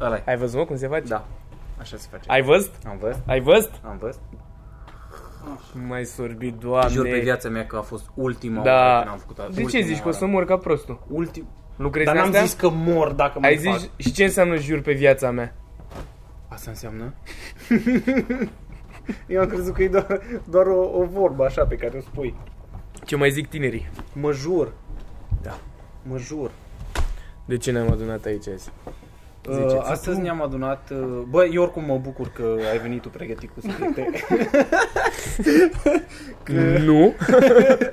ăla Ai văzut, mă, cum se face? Da. Așa se face. Ai văzut? Am văzut? Ai văzut? Am văzut? Mai sorbi, doamne. Jur pe viața mea că a fost ultima oară da. când am făcut asta. De ce Ultima zici că o oară. să mor ca prostul? Ultim... Lucrezi Dar în n-am astea? zis că mor dacă mai Ai fac. zis și ce înseamnă jur pe viața mea? Asta înseamnă? Eu am crezut că e doar, doar o, o vorbă așa pe care o spui. Ce mai zic tinerii? Mă jur. Da. Mă jur. De ce ne-am adunat aici azi? Uh, astăzi ne-am adunat... Uh, bă, eu oricum mă bucur că ai venit tu pregătit cu subiecte. Nu?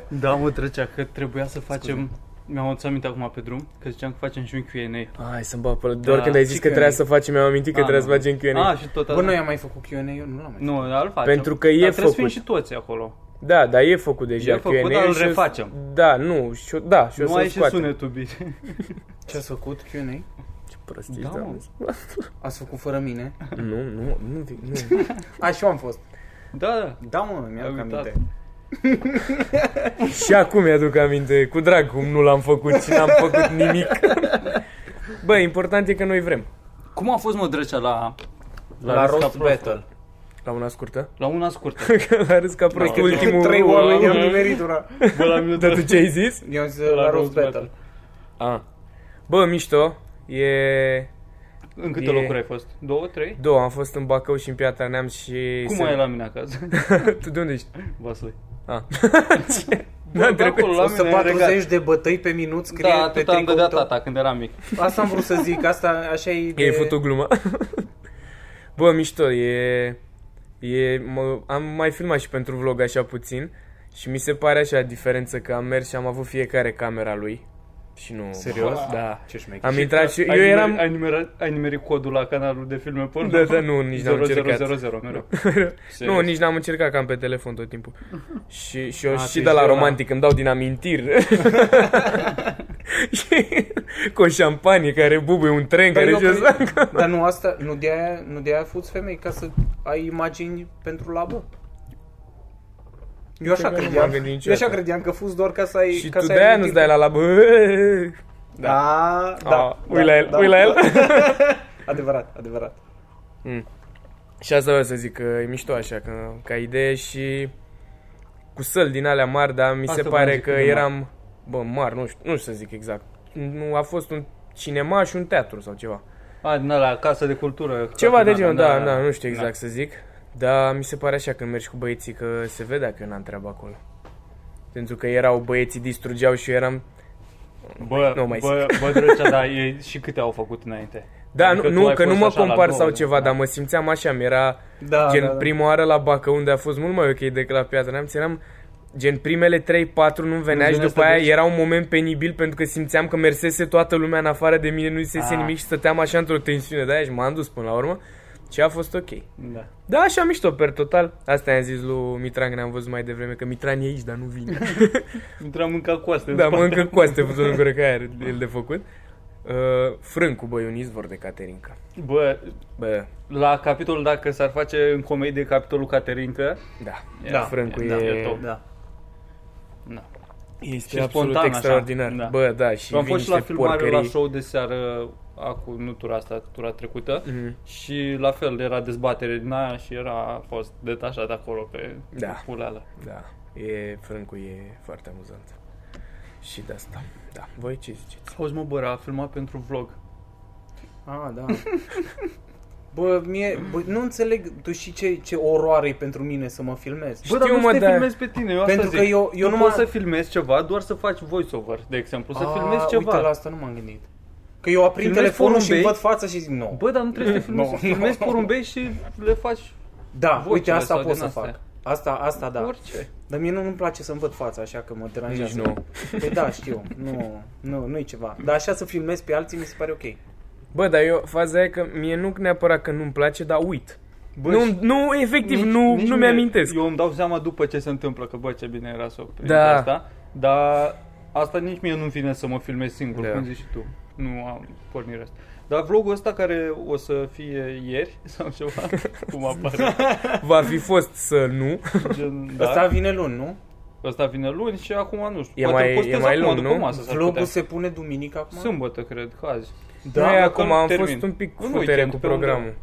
Da, mă trecea că trebuia să facem... Mi-am adus aminte acum pe drum că ziceam că facem și un Q&A. Ai să-mi bag până. Doar Da, când ai și zis că Q&A. trebuia să facem, mi-am amintit că Ah, trebuia să nu. facem A, Q&A. și tot bă, noi am mai făcut Q&A, eu nu l-am mai Nu, dar îl facem. Pentru că e dar trebuie să fim făcut. și toți acolo. Da, dar e făcut deja E făcut, Q&A dar îl și o- refacem. Da, nu, și o- da, și o nu să ai și scoatem. sunetul bine. Ce ați făcut Q&A? Ce prostii, Da, mă. doamne. Ați făcut fără mine? Nu, nu, nu, nu. A, și eu am fost. Da, da. Da, mă, mi-am Ai uitat. aminte. Și acum mi-aduc aminte, cu drag, cum nu l-am făcut și n-am făcut nimic. Bă, important e că noi vrem. Cum a fost mă drecea la, La, râs ca Roast prostul? Battle. La una scurtă? La una scurtă. Că l-a râs ca prost că ultimul Trei râu, oameni ăla. am nimerit una. Bă, la mine Dar tu ce ai zis? Eu am zis la, la Roast Battle. Da, A. Bă, mișto. E... În câte E- locuri ai fost? Două, trei? Două, am fost în Bacău și în Piatra Neam și... Cum se- ai la mine acasă? tu de unde ești? Vaslui. A. Bă, N-am de trecut. acolo, la mine în regat. 140 de bătăi pe minut scrie Da, pe tot am tricoul dădea tău. tata când eram mic. Asta am vrut să zic, asta așa e de... Ei, făcut o glumă. Bă, mișto, e... e mă, am mai filmat și pentru vlog așa puțin și mi se pare așa diferență că am mers și am avut fiecare camera lui. Și nu... Serios? Da. Ce șmecher. Am intrat și... Ai Eu nimerit- eram... Ai nimerit, ai nimerit codul la canalul de filme porno? Da, da, nu, nici n-am încercat. 0000 mereu. Nu, nici n-am încercat, că am pe telefon tot timpul. Și, și, eu, A, tu și ești de la de la- romantic, îmi dau din amintiri. și, cu o șampanie care bubuie un tren care Dar, ce eu, că... Păi dar nu asta, nu de aia, nu de aia fuți femei ca să ai imagini pentru labă. Eu așa că nu credeam. m-am gândit Eu așa niciodată. credeam că fuți doar ca să ai Și ca tu să de ai aia un nu-ți timp- dai la labă. Da, da. A, da ui la el, da, ui la el. Adevărat, adevărat. Și asta vreau să zic că e mișto așa că, ca idee și cu săl din alea mari, dar mi Asta se voiam pare zic, că cât de mari. eram bă, mari, nu știu, nu știu să zic exact. Nu a fost un cinema și un teatru sau ceva. A, Ah, din la casa de cultură. Ceva de Exact, Da, genul, da, da, nu știu exact să zic. Dar mi se pare așa când mergi cu băieții că se vedea că eu n-am treabă acolo. Pentru că erau băieții distrugeau și eu eram... Bă, Păi, Nu mai bă, bă, drăcea, da, e, și câte au făcut înainte. Da, Adică nu, tu nu ai că nu fost mă așa la compar două, da. sau nu? ceva, dar mă simțeam așa, mi-era... Da, gen da, da. prima oară la Bacă, unde a fost mult mai ok decât la Piatra Neamț, eram gen primele 3-4 nu venea Nu și venea după să aia duci. era un moment penibil pentru că simțeam că mersese toată lumea în afară de mine, nu zisese Ah. nimic și stăteam așa într-o tensiune de aia și m-am dus până la urmă și a fost ok. Da. Da, așa mișto per total. Asta i-am zis lui Mitran când am văzut mai devreme că Mitran e aici, dar nu vine. Intram în coaste. în da, spate. mănâncă coaste, văzut în gură că aia are el de făcut. Uh, frân cu băi, un izvor de Caterinca. Bă, Bă, la capitolul, dacă s-ar face în comedie capitolul Caterinca, da. Da, frân cu da, e, e top. Da. na. Este Și absolut spontan, așa. extraordinar. Da. Bă, da, și Eu am Da. vin fost și la niște filmare porcării. la show de seară, acum, nu tura asta, tura trecută, Mhm. și la fel era dezbatere din aia și era, a fost detașat acolo pe Da. pula alea. Da, e, frâncul e foarte amuzant. Și de asta, da. Voi ce ziceți? Auzi mă, bă, a filmat pentru vlog. Ah, da. Bă, mie, bă, nu înțeleg, tu și ce, ce oroare e pentru mine să mă filmez. Bă, Știu, dar nu mă, să te dar- filmezi pe tine, eu asta Pentru zic. că eu- eu nu numai- poți să filmezi ceva, doar să faci voiceover, de exemplu, să A, filmezi ceva. Ah, Uite, la asta nu m-am gândit. Că eu aprind Filmezi telefonul și îmi porumbei? văd fața și zic nu. Bă, dar nu trebuie să te filmezi, Nu, no, nu. filmezi porumbei și le faci da, vocile uite, asta sau pot să din astea. fac. Asta, asta da. orice. Dar mie nu, nu-mi place să-mi văd fața așa că mă deranjează. Nici nouă. Păi da, știu. Nu, nu, nu e ceva. Dar așa să filmez pe alții mi se pare ok. Bă, dar eu, faza e că mie nu neapărat că nu-mi place, dar uit. Bă, nu, și nu, efectiv, nu, nu mie. mi-amintesc. Eu îmi dau seama după ce se întâmplă că bă, ce bine era să o prind Da. asta, dar asta nici mie nu-mi vine să mă filmez singur, Da. cum zici și tu. nu am pornirea asta. Dar vlogul ăsta care o să fie ieri sau ceva, cum apare, Va fi fost să nu. gen, Da. Asta da, vine luni, nu? ăsta vine luni și acum nu știu. E Poate mai- îl postez e mai acum, lung, după nu? Masă, s-ar Vlogul putea. se pune duminică acum? Sâmbătă, cred, că azi. Da, Noi mă, acum că am termin. fost un pic În putere weekend, cu pe unde- programul.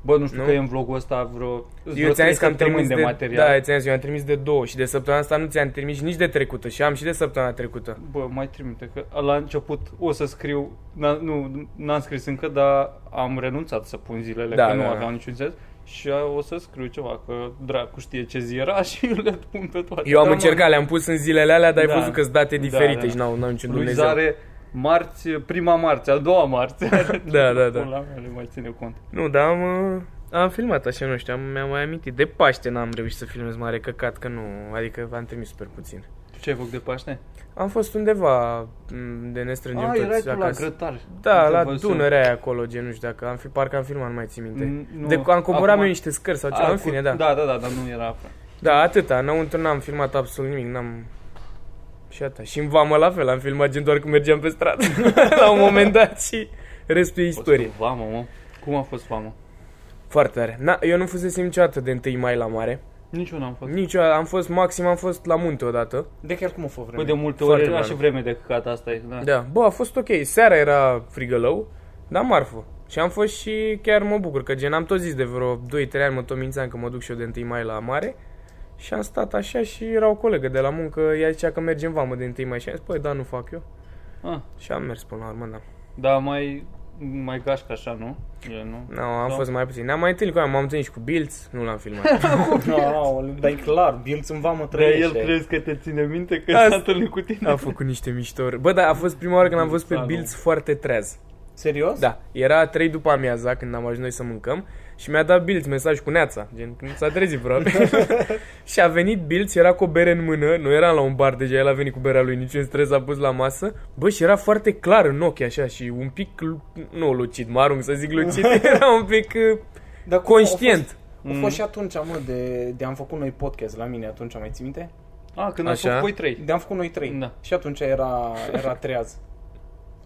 Bă, nu știu Nu? că e în vlogul ăsta vreo... vreo Eu ți-am trei zis că am săptămâni trimis de, de, material. Da, ți-am zis, eu am trimis de două și de săptămâna asta nu ți-am trimis și nici de trecută și am și de săptămâna trecută. Bă, mai trimite că la început o să scriu, na, nu, n-am scris încă, dar am renunțat să pun zilele, da, Da, că nu da, da. aveam niciun sens. Și o să scriu ceva, că dracu știe ce zi era și le pun pe toate. Eu am Da, mă. încercat, le-am pus în zilele alea, dar Da. ai văzut că sunt date Da, diferite da. și n-au, n-au niciun Luiza Dumnezeu. are marți, prima marți, a doua marți. Da, da, da. La mea le mai ține cont. Nu, dar am, uh, am filmat așa, nu știu, am, mi-am mai amintit. De Paște n-am reușit să filmez mare căcat, că nu, adică am trimis super puțin. Tu ce ai făcut de Paște? Am fost undeva m, de ne strângem Ah, toți erai tu la acasă. grătar. da, Te la văzusem. Dunărea aia acolo, gen, nu știu dacă am fi, parcă am filmat, nu mai țin minte. Mm, nu. De, am coborat Acum- eu niște scări sau ceva, Acu- în fine, da. Da, da, da, dar nu era afară. Da, atâta, înăuntru n-am filmat absolut nimic, n-am... Și atâta. Și în vamă la fel, am filmat gen doar când mergeam pe stradă, la un moment dat și restul e istorie. Fost în Vamă, mă. Cum a fost vamă? Foarte tare. Na, eu nu fusesem niciodată de 1 mai la mare. Nici eu n-am fost. Nici am fost, maxim am fost la munte odată. De chiar cum o fă vreme? Păi de multe Foarte ori era mare. și vreme de căcat asta e, da. Da, bă, a fost ok. Seara era frigălău, dar marfă. Și am fost și chiar mă bucur că gen am tot zis de vreo 2-3 ani mă tot mințeam că mă duc și eu de 1 mai la mare. Și am stat așa și era o colegă de la muncă, ea zicea că mergem vamă de 1 mai și am zis, păi da, nu fac eu. Ah, Și am mers până la urmă, da. dar mai mai gașcă așa, nu? E, nu? Nu, am Da. fost mai puțin. Ne-am mai întâlnit cu ea, m-am întâlnit și cu Bilz, nu l-am filmat. No, dar e clar, Bilț în vamă Dar trăiește. el crezi că te ține minte că Asta- s-a întâlnit cu tine? a făcut niște miștori. Bă, da, a fost prima oară când am văzut pe Salut. Bilz foarte treaz. Serios? Da, era 3 după amiaza când am ajuns noi să mâncăm și mi-a dat Bilz mesaj cu neața, gen când s-a trezit vreo Și a venit Bilz, era cu o bere în mână, noi eram la un bar deja, el a venit cu berea lui, niciun stres a pus la masă. Bă, și era foarte clar în ochi așa și un pic, lu- nu lucid, mă arunc să zic lucid, era un pic uh, Dar cum conștient. A fost, a fost și atunci, mă, de, de am făcut noi podcast la mine atunci, mai ții minte? Ah, când ați Așa. făcut voi trei. De am făcut noi trei. Da. Și atunci era, era treaz.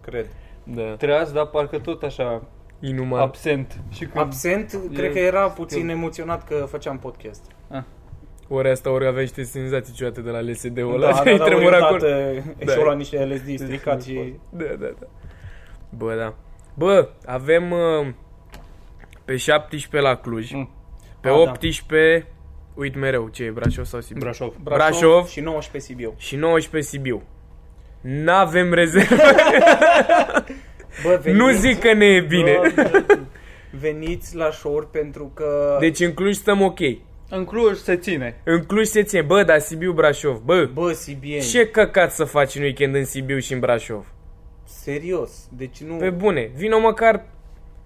Cred. Da. Treaz, dar parcă tot așa Inuman. absent. Și când... Absent, E- cred că era puțin emoționat că făceam podcast. Ori asta, ori avea niște senzații ciudate de la LSD-ul ăla. da, da, da, tremura Da. ori acolo. odată și-au luat niște LSD stricat și... Da, da, da. Bă, da. Bă, avem uh, pe 17 la Cluj, Mm. pe Ah, da. 18, uit mereu ce e, Brașov sau Sibiu. Brașov. Brașov. și 19 Sibiu. și 19 Sibiu. N-avem rezervă. Bă, veniți, nu zic că ne e Da, bine. Doamne, veniți la show pentru că... Deci în Cluj stăm ok. În Cluj se ține. În Cluj se ține. Bă, dar Sibiu-Brașov. Bă, Bă, Sibieni, ce căcat să faci în weekend în Sibiu și în Brașov? serios, deci nu... Pe bune, vino măcar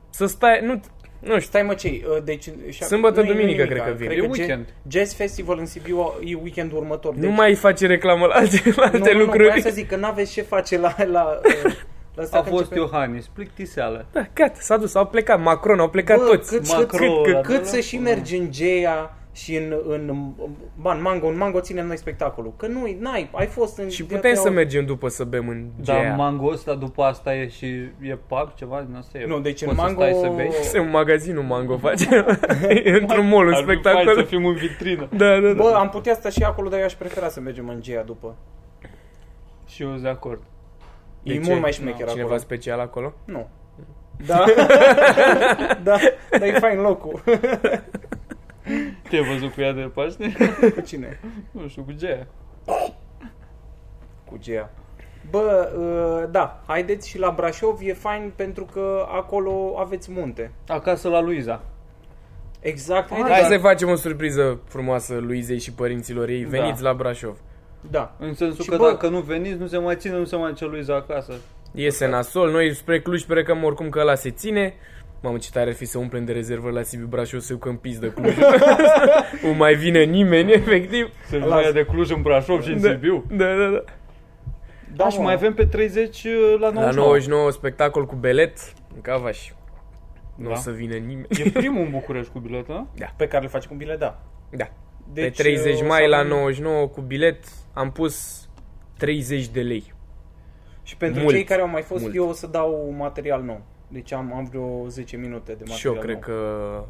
să stai, nu, nu știu, Stai mă cei, uh, deci... șap- Sâmbătă, nu e duminică, nimica, cred că vine. E Ge- weekend. Jazz Festival în Sibiu e weekendul următor. Deci, nu mai face reclamă la alte, la alte nu, Nu, lucruri. vreau să zic că n-aveți ce face la... la, uh, la asta A că fost începe- Iohannis, plictiseală. Da, gata, s-a dus, au plecat Macron, au plecat Bă, toți. cât, cât, Macro cât, ăla cât, de cât la- să și mergi în Gea și în, în, ban, Mango, în Mango ținem noi spectacolul. Că nu, n-ai, ai fost în... Și de putem atâtea să ori. mergem după să bem în Dar GEA. mango ăsta după asta e și e pub, ceva din asta e. Nu, deci în Poți să Mango- stai să bei. Se un magazinul Mango face. E într-un mall, un Ar fi fain să spectacol. fim în vitrină. Da, da, da. Bă, am putea sta și acolo, dar eu aș prefera să mergem în Gea după. Și eu sunt de acord. De e ce? mult mai șmecher Cineva acolo. special acolo? Nu. Da. da, dar e fain locul. Te-ai văzut cu ea de Paște? Cu cine? Nu știu, cu Gea. Cu Gea. Bă, uh, da, haideți și la Brașov, e fain pentru că acolo aveți munte. Acasă la Luiza. Exact, Hai Hai da. să facem o surpriză frumoasă Luizei și părinților ei. Da. Veniți la Brașov. Da. În sensul Și că bă- dacă nu veniți, nu se mai ține, nu se mai duce Luiza acasă. Iese Da. nasol, noi spre Cluj plecăm oricum că ăla se ține. Mamă, ce tare ar fi să umplem de rezervă la Sibiu Brașov să că în pis de Cluj. nu mai vine nimeni, efectiv. Se Lasă. vine de Cluj în Brașov și în Da. Sibiu. Da, da, da. Da, și mă. mai avem pe 30 la 99. La 99 spectacol cu belet în Cavaș. Nu Da. o să vină nimeni. E primul în București cu biletă, da? Pe care le faci cu bile, da. Da. Deci, pe 30 uh, mai sau- la 99 cu bilet am pus 30 de lei. Și pentru Mult, cei care au mai fost, mult. eu o să dau material nou. Deci am, am vreo 10 minute de material Și eu nou. cred că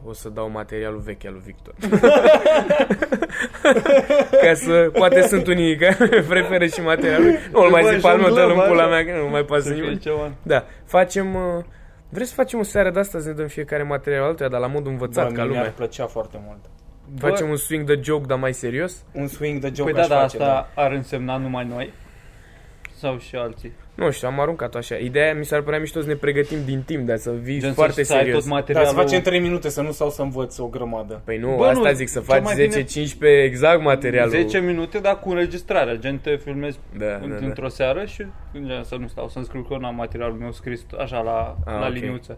o să dau materialul vechi al lui Victor. Ca să... Poate sunt unii care preferă și materialul. lui. Nu, îl mai Bă, zic pe al meu, jonglăm, dă-l în pula așa. mea, că nu mai pasă Să fie nimeni. ceva. Da, facem... uh, Vreți să facem o seară de asta, să ne dăm fiecare material altuia, dar la modul învățat, Bă, ca mie mi-ar lumea. plăcea foarte mult. Bă, Facem un swing de joke, dar mai serios? Un swing de joke Păi da, aș dar face, da. asta ar însemna numai noi? Sau și alții? Nu știu, am aruncat așa. Ideea mi s-ar părea mișto să ne pregătim din timp, dar să vii Gen foarte să, să ai serios. tot Dar Da, să materialul... facem 3 minute, să nu stau să învăț o grămadă. Păi nu, Bă, nu, asta zic, să cel faci 10-15 mai bine- exact materialul. 10 minute, dar cu înregistrarea. Gen, te filmezi Da, da, în, da. într-o seară și gen, să nu stau să-mi scriu că eu n-am materialul meu scris așa la, Ah, la ok. liniuță.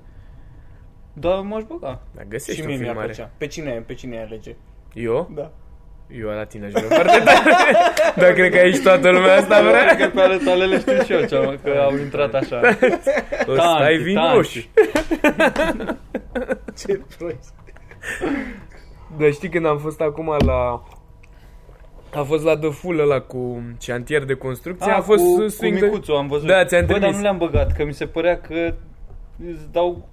Dar m-aș băga. Da, Și găsești o mie mi-ar filmare. plăcea. Pe cine, pe cine ai alege? Eu? Da. Eu la tine aș vrea foarte tare. Dar cred că aici toată lumea asta vrea. Că Adică pe ale tale le știu și eu ceva, că au intrat așa. O să ai vin roșu. Ce prost. Dar știi când am fost acum la... A fost la The Full ăla cu șantier de construcție, a, Ah, fost cu, swing cu de... micuțul, am văzut. Da, ți-am Bă, dar trimis. nu le-am băgat, că mi se părea că îți dau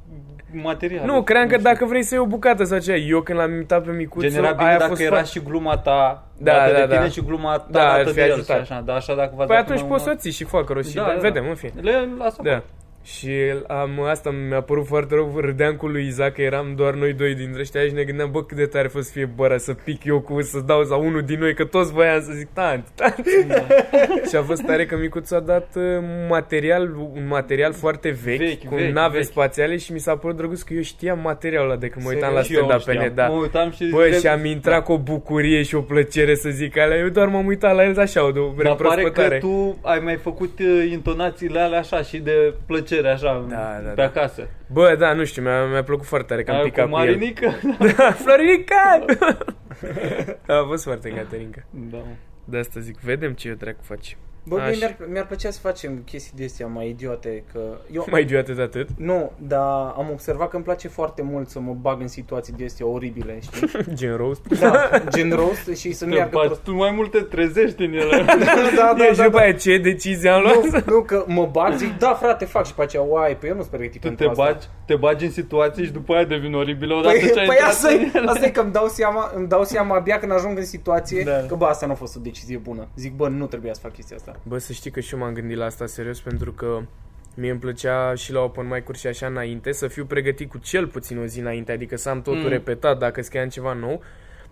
material. Nu, cream că dacă vrei să iei o bucată sau ceva, eu când l-am imitat pe micuțul, Genera bine aia a dacă fost era fa- și gluma ta Da, dată da, de tine da. și gluma ta Da, ar dată fi de el și ajutat. așa, dar așa dacă v-ați Păi dat atunci până poți să una- o ții și fac roșii, da, vedem, în fine. Le las Da. Și am, asta mi-a părut foarte rău, râdeam cu lui Iza că eram doar noi doi dintre ăștia și ne gândeam, bă, cât de tare a fost să fie băra să pic eu cu, să dau sau unul din noi, că toți voiam să zic tanti, tanti. Da. și a fost tare că micuț a dat uh, material, un material foarte vechi, Vechi, cu vechi, nave vechi. spațiale și mi s-a părut drăguț că eu știam materialul ăla de când mă uitam la Și eu stand-up pe știam. net, da. Mă da. uitam și Bă, ziceam, și am intrat cu o bucurie și o plăcere să zic alea. Eu doar m-am uitat la el așa, o de o Dar pare că reprospătare. tu ai mai făcut uh, intonațiile alea așa și de plăcere așa Da, da, pe da. acasă. Bă, da, nu știu, mi-a, mi-a plăcut foarte tare că am Aia picat cu cu el. Marinică. Da, Florinica! a fost foarte Caterinca. da. mă. De asta zic, vedem ce dracu faci. Bă, mie Așa. mi-ar, mi-ar plăcea să facem chestii de astea mai idiote, că eu... Mai idiote de atât. Nu, dar am observat că îmi place foarte mult să mă bag în situații de astea oribile, știi? Gen roast. Da, gen rost și să Te meargă bați, prost. tu mai mult te trezești în ele. Da, da, Da, și după aia ce decizie am luat? Nu, nu, că mă bag, zic, da, frate, fac și pe aceea, uai, pe eu nu sunt pregătit tu pentru te asta. bagi, te bagi în situații și după aia devin oribilă odată Păi, ce ai păi intrat asta, în e, ele. asta e că îmi dau seama, îmi dau seama abia când ajung în situație Da. da. că bă, asta nu a fost o decizie bună. Zic, bă, nu trebuia să fac chestia asta. Bă, să știi că și eu m-am gândit la asta serios pentru că mie îmi plăcea și la open mic-uri și așa înainte să fiu pregătit cu cel puțin o zi înainte, adică să am totul Mm. repetat dacă scriam ceva nou.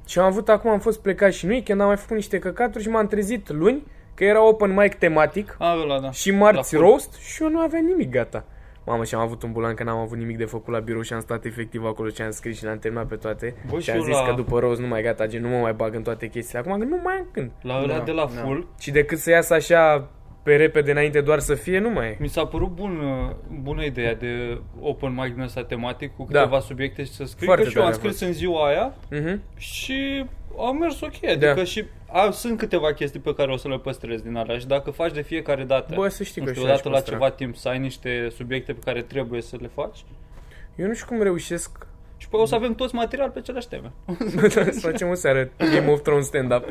Și am avut acum, am fost plecat și în weekend, am mai făcut niște căcaturi și m-am trezit luni că era open mic tematic A, ăla, da. și marți La fund. roast și eu nu aveam nimic gata. Mamă, și am avut un bulan că n-am avut nimic de făcut la birou și am stat efectiv acolo și am scris și le-am terminat pe toate. Bă, și și am eu zis la- că după roast nu mai gata, gen nu mă mai bag în toate chestiile. Acum că nu mai am când. La ăla Da, de la da. full, Și decât să iasă așa pe repede înainte doar să fie, nu mai e. Mi s-a părut bun, uh, bună ideea de open mic din ăsta tematic cu Da. câteva subiecte și să scrii. Foarte Că și eu am tare a scris fost. în ziua aia Mhm. și au mers ok. Adică Da. și a, sunt câteva chestii pe care o să le păstrez din alea și dacă faci de fiecare dată, Bă, să știi nu că știu, și eu aș odată la păstra. ceva timp să ai niște subiecte pe care trebuie să le faci Eu nu știu cum reușesc și păi o Da. să avem toți material pe aceleași teme. să facem o seară Game of Thrones stand-up.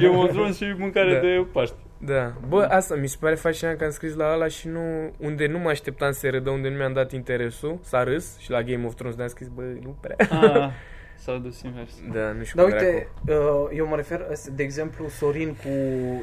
Eu o drum și mâncare Da. de Paști. Da. Bă, asta mi se pare fascinant că am scris la ăla și nu... Unde nu mă așteptam să râdă, unde nu mi-am dat interesul, s-a râs și la Game of Thrones ne-am scris, bă, nu prea. Ah, s-a dus invers. Da, nu știu Dar cum dracu. uite, uh, eu mă refer, de exemplu, Sorin cu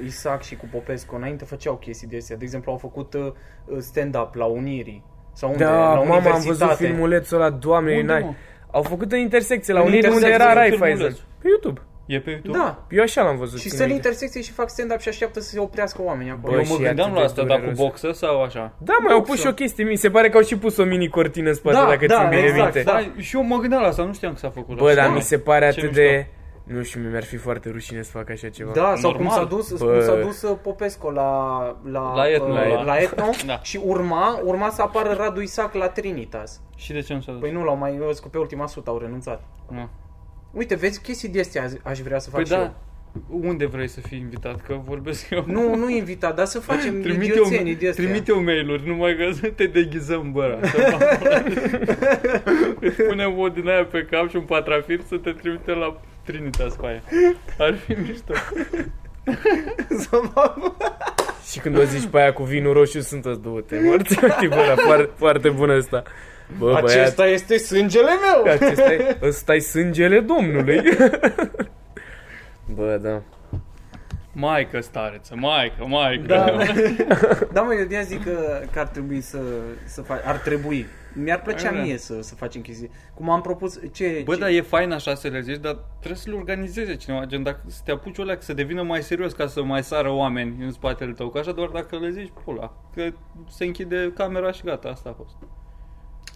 Isaac și cu Popescu, înainte făceau chestii de astea. De exemplu, au făcut uh, stand-up la Unirii. Sau unde? Da, la mama, am văzut universitate. filmulețul ăla, doamne, Unde, n-ai. mă? Au făcut o intersecție la În unii unde intersecție, era în Raiffeisen. filmuleț. Pe YouTube. E pe YouTube? Da, Eu așa l-am văzut. și în stă în minte. intersecție și fac stand-up și așteaptă să se oprească oamenii acolo. Bă, Eu și mă e gândeam atât la de asta, dar cu dureros. boxă sau așa? Da, mai au Boxul. pus și o chestie, mi se pare că au și pus o mini cortină în spate, Da, dacă da, țin bine exact, minte. da. Da, și eu mă gândeam la asta, nu știam că s-a făcut Bă, așa. dar mi se pare Ce atât de... Nu știu, mi-ar fi foarte rușine să fac așa ceva. Da, sau cum Normal. s-a dus, Bă. cum s-a dus uh, Popescu la la La Etno. uh, La la Etno Da. și urma, urma să apară Radu Isac la Trinitas. Și de ce nu s-a dus? Păi nu l-au mai eu zic că pe ultima sută au renunțat. Nu. Uite, vezi chestii de astea azi- aș vrea să fac Păi și da, eu. unde vrei să fii invitat? Că vorbesc eu. Nu, nu invitat, dar să facem Trimite eu, idioțenii de astea. trimite eu mail-uri, numai că să te deghizăm, bă. ra. Să Îți punem o din aia pe cap și un patrafir să te trimitem la Trinitas pe aia. Ar fi mișto. Să mă- Și când o zici pe aia cu vinul roșu, sunt ăsta, du-te, morți, tipul ăla, foarte, foarte bun ăsta. Bă, băiat, Da. Acesta este sângele meu! acesta ăsta e sângele Domnului. Bă, da. Maică stareță, maică, maică. Da, da mă, eu de zic că, că ar trebui să, să faci, ar trebui. Mi-ar plăcea Ai vrea. mie să, să facem chestii. Cum am propus, ce... Bă, ce... dar e fain așa să le zici, dar trebuie să le organizeze cineva, gen dacă să te apuci o să devină mai serios ca să mai sară oameni în spatele tău, că așa doar dacă le zici pula, că se închide camera și gata, asta a fost.